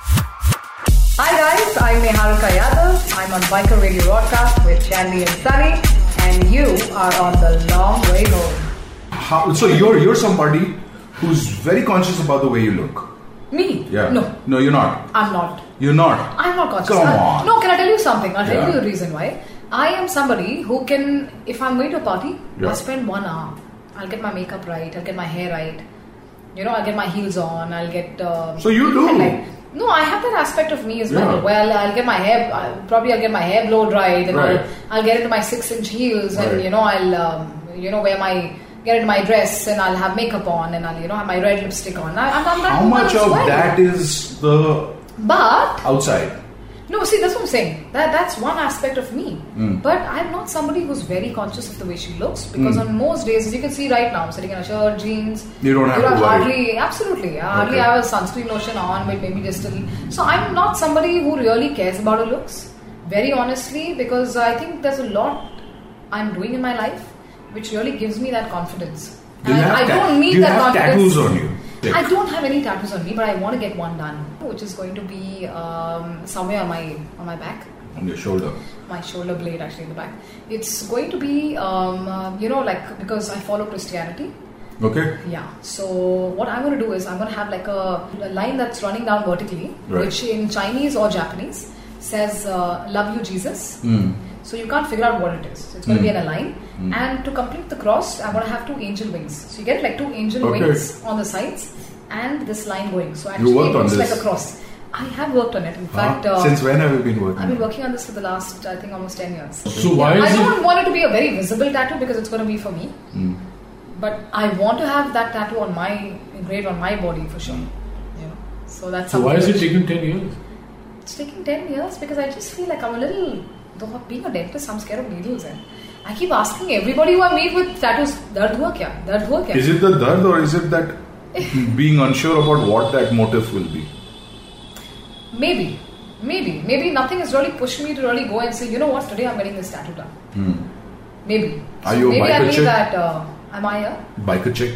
S1: Hi guys, I'm Neharika Yadav. I'm on Biker Radio Broadcast with Chandni and Sunny, and you are on the long way home.
S5: How, so you're you're somebody who's very conscious about the way you look.
S1: Me?
S5: Yeah.
S1: No,
S5: No, you're not.
S1: I'm not.
S5: You're not.
S1: I'm not conscious.
S5: Come
S1: I-
S5: on.
S1: No, can I tell you something? I'll tell
S5: Yeah.
S1: you the reason why. I am somebody who can, if I'm going to a party,
S5: Yeah.
S1: I'll spend one hour. I'll get my makeup right. I'll get my hair right. You know, I'll get my heels on. I'll get. Um,
S5: So you do.
S1: like- no, I have that aspect of me as well.
S5: Yeah.
S1: Well, I'll get my hair. I'll, probably I'll get my hair blow dried, and
S5: Right.
S1: I'll, I'll get into my six-inch heels, and
S5: Right.
S1: you know, I'll um, you know wear my get into my dress, and I'll have makeup on, and I'll you know have my red lipstick on. I, I'm, I'm that
S5: How
S1: woman
S5: much
S1: as
S5: of
S1: well.
S5: that is the
S1: But
S5: outside?
S1: no, see, that's what I'm saying. That that's one aspect of me.
S5: Mm.
S1: But I'm not somebody who's very conscious of the way she looks because
S5: Mm.
S1: on most days, as you can see right now, I'm sitting in a shirt, jeans.
S5: You don't have
S1: you
S5: to
S1: know,
S5: worry.
S1: hardly, absolutely, I hardly
S5: Okay.
S1: have a sunscreen lotion on, but maybe just a. little- So I'm not somebody who really cares about her looks. Very honestly, because I think there's a lot I'm doing in my life which really gives me that confidence.
S5: Do you
S1: And
S5: have
S1: I, I
S5: ta-
S1: don't need
S5: do you
S1: that
S5: have
S1: confidence.
S5: tattoos on you? Like-
S1: I don't have any tattoos on me, but I want to get one done, which is going to be um, somewhere on my on my back,
S5: On your shoulder.
S1: my shoulder blade actually in the back. It's going to be um, uh, you know like because I follow Christianity.
S5: Okay.
S1: Yeah. So what I'm going to do is I'm going to have like a, a line that's running down vertically,
S5: Right.
S1: which in Chinese or Japanese says uh, "Love you, Jesus."
S5: Mm.
S1: So you can't figure out what it is. So it's going to
S5: Mm.
S1: be in a line,
S5: Mm.
S1: and to complete the cross, I'm going to have two angel wings. So you get like two angel
S5: Okay.
S1: wings on the sides, and this line going. So
S5: You
S1: actually,
S5: worked
S1: it
S5: on
S1: looks
S5: this?
S1: like a cross. I have worked on it. In
S5: Huh?
S1: fact, uh,
S5: Since when have you been working?
S1: I've been working on this for the last, I think, almost ten years.
S2: So why
S1: I
S2: is it-
S1: don't want it to be a very visible tattoo because it's going to be for me.
S5: Mm.
S1: But I want to have that tattoo on my engraved on my body for sure. You know, so that's
S2: So why is
S1: something
S2: it
S1: which-
S2: taking 10 years?
S1: It's taking ten years because I just feel like I'm a little. Though being a dentist, I'm scared of needles, and I keep asking everybody who I meet with tattoos, "Dard hua kya? Dard hua kya?"
S5: Is it the dard or is it that being unsure about what that motive will be?
S1: Maybe, maybe, maybe nothing has really pushed me to really go and say, you know what, today I'm getting this tattoo done.
S5: Hmm.
S1: Maybe.
S5: Are you a
S1: maybe I
S5: biker
S1: need
S5: chick?
S1: that. Uh, am I a,
S5: Biker chick.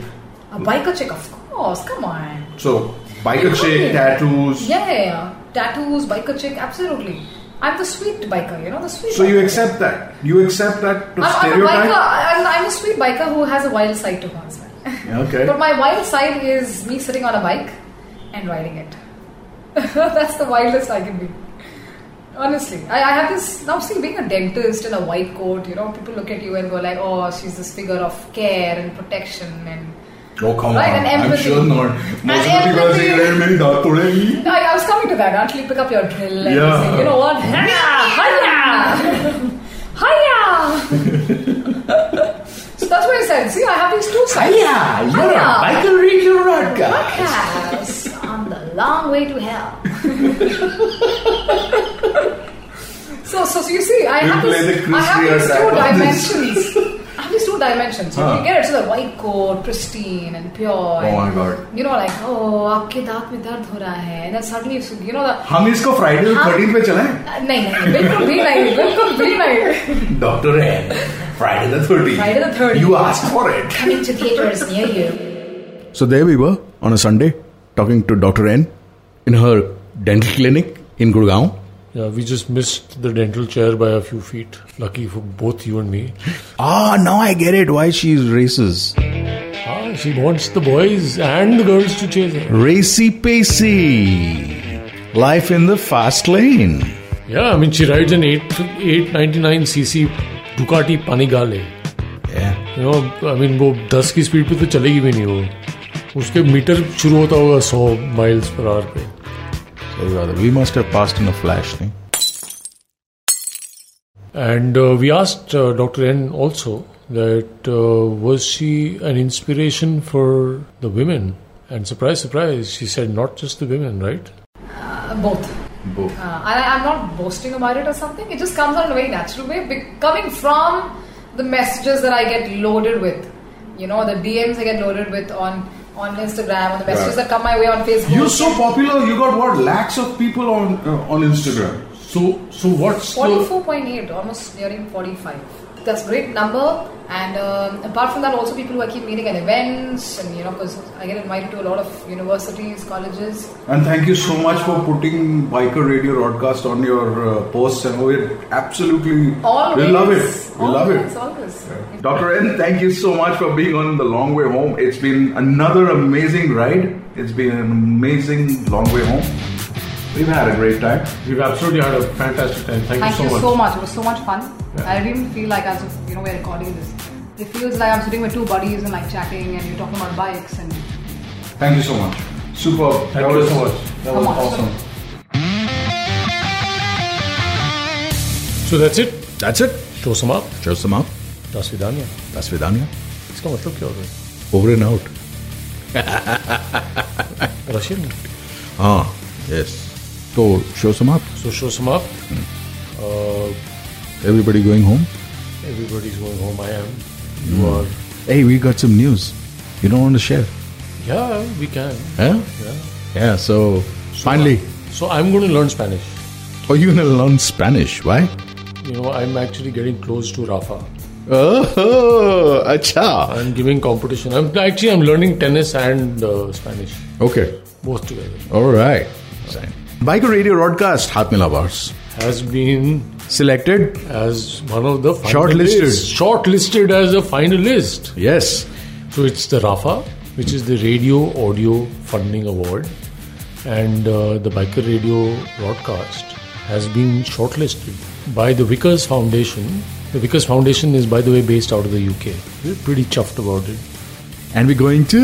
S1: a biker chick? Of course, come on.
S5: So biker chick, tattoos.
S1: Yeah, yeah, yeah. tattoos, biker chick, absolutely. I'm the sweet biker, you know, the sweet.
S5: So
S1: biker.
S5: you accept that? You accept that to
S1: I'm, I'm a biker.
S5: stereotype?
S1: I'm, I'm a sweet biker who has a wild side to her as well.
S5: Okay.
S1: But my wild side is me sitting on a bike and riding it. That's the wildest I can be. Honestly, I, I have this now. See, being a dentist in a white coat, you know, people look at you and go like, "Oh, she's this figure of care and protection." And
S5: Oh come
S1: Right,
S5: on!
S1: and
S5: I'm
S1: empathy.
S5: sure not. Most of the people are saying, "Hey, मेरी दांत तोड़ेगी."
S1: I, I was coming to that. Actually, pick up your drill and
S5: Yeah.
S1: say, "You know what? Hiya, hiya, hiya." so that's what I said. See, I have these two sides.
S6: Hiya, you're a
S1: Hiya.
S6: biker radio broadcast.
S1: Podcast on the long way to hell. so, so, so you see, I
S5: You
S1: have,
S5: play
S1: this,
S5: the
S1: I have
S5: Chris
S1: these two
S5: Rea type on this.
S1: dimensions. I have these two dimensions. So
S5: Huh.
S1: You get it to the white coat, pristine and pure.
S5: Oh my
S1: and,
S5: God.
S1: You know, like, oh, आपके दांत में दर्द हो रहा है. And then suddenly, you you know, the.
S5: हम इसको Friday
S1: हाँ।
S5: थर्टीन पे चलाएं
S1: नहीं नहीं बिल्कुल भी नहीं बिल्कुल भी नहीं
S5: डॉक्टर है Friday the thirteen
S1: Friday the 13th.
S5: You ask for it
S1: coming to theaters near you
S4: So there we were on a Sunday talking to Dr. N in her dental clinic in Gurgaon.
S2: Yeah, we just missed the dental chair by a few feet. Lucky for both you and me.
S4: Ah, now I get it why she's racist.
S2: Ah, she wants the boys and the girls to chase her.
S4: Racy Pacey. Life in the fast lane.
S2: Yeah, I mean, she rides an 8, 899cc Ducati Panigale. You know I mean वो दस की speed पे तो चलेगी भी नहीं वो उसके मीटर शुरू होता होगा सौ माइल्स पर आवर पे
S4: Sorry, brother. We must have passed in a flash, nahi?
S2: And uh, we asked uh, Dr. N also that uh, was she an inspiration for the women? And surprise, surprise, she said not just the women, right?
S1: Uh, both.
S2: Both.
S1: Uh, and I, I'm not boasting about it or something. It just comes out in a very natural way, be- coming from the messages that I get loaded with. You know, the DMs I get loaded with on on Instagram, on the messages that
S5: Right.
S1: come my way on Facebook.
S5: You're so popular. You got what lakhs of people on uh, on Instagram.
S2: So so what's
S1: 44.8, almost nearing 45. That's a great number. And um, apart from that, also people who I keep meeting at events, and you know, because I get invited to a lot of universities, colleges.
S5: And thank you so much for putting Biker Radio broadcast on your uh, posts, and we're absolutely
S1: Always.
S5: we love it. We love
S1: always,
S5: it.
S1: Always.
S5: Dr. N, thank you so much for being on The Long Way Home. It's been another amazing ride. It's been an amazing long way home. We've had a great time.
S2: We've absolutely had a fantastic time. Thank,
S1: Thank you so, much. It was so much fun.
S2: Yeah.
S1: I didn't even feel like I was, just- you know, we're recording this. It feels like I'm sitting with two buddies and like chatting, and you're talking about bikes and.
S5: Thank you so much. Superb.
S2: Thank
S5: that
S2: you
S5: was,
S2: so much.
S5: That
S1: Come
S5: was
S1: on.
S5: awesome.
S2: So that's it.
S4: That's it.
S2: Show some up.
S4: Show some up.
S2: Das Vidania.
S4: Das Vidania.
S2: इसका मतलब क्या होता है
S4: Over and out.
S2: Russian में
S4: Ah, yes. So, show some up.
S2: So show some up
S4: Everybody going home?
S2: Everybody is going home I am you are
S4: Hey, we got some news. You don't want to share?
S2: Yeah we can
S4: Huh? Yeah, so finally.
S2: So I'm going to learn Spanish.
S4: Oh, you're going to learn Spanish. Why?
S2: You know, I'm actually getting close to Rafa.
S4: Oh, acha.
S2: I'm giving competition. I'm actually I'm learning tennis and uh, Spanish
S4: Okay.
S2: both together.
S4: All right. Biker Radio Broadcast, Hat Milabars.
S2: Has been
S4: selected
S2: as one of the
S4: Shortlisted.
S2: finalists. Shortlisted as a finalist.
S4: Yes.
S2: So it's the Rafa, which is the Radio Audio Funding Award, and uh, the Biker Radio broadcast has been shortlisted by the Vickers Foundation. The Vickers Foundation is, by the way, based out of the UK. We're pretty chuffed about it.
S4: And we're going to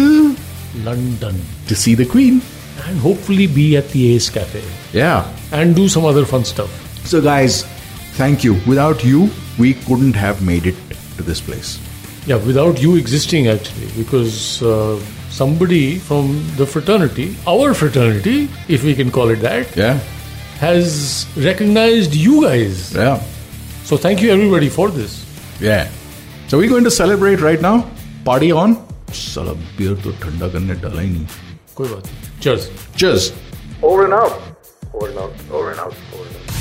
S2: London.
S4: to see the Queen.
S2: And hopefully be at the Ace Cafe.
S4: Yeah.
S2: And do some other fun stuff.
S4: So, guys, thank you. Without you, we couldn't have made it to this place.
S2: Yeah, without you existing actually, because uh, somebody from the fraternity, our fraternity, if we can call it that,
S4: Yeah.
S2: has recognized you guys.
S4: Yeah.
S2: So thank you everybody for this.
S4: Yeah. So, we're going to celebrate right now. Party on. साला beer तो ठंडा करने डाला ही नहीं
S2: कोई बात नहीं। Cheers.
S4: Cheers.
S3: Over and out. Over and out. Over and out. Over and out.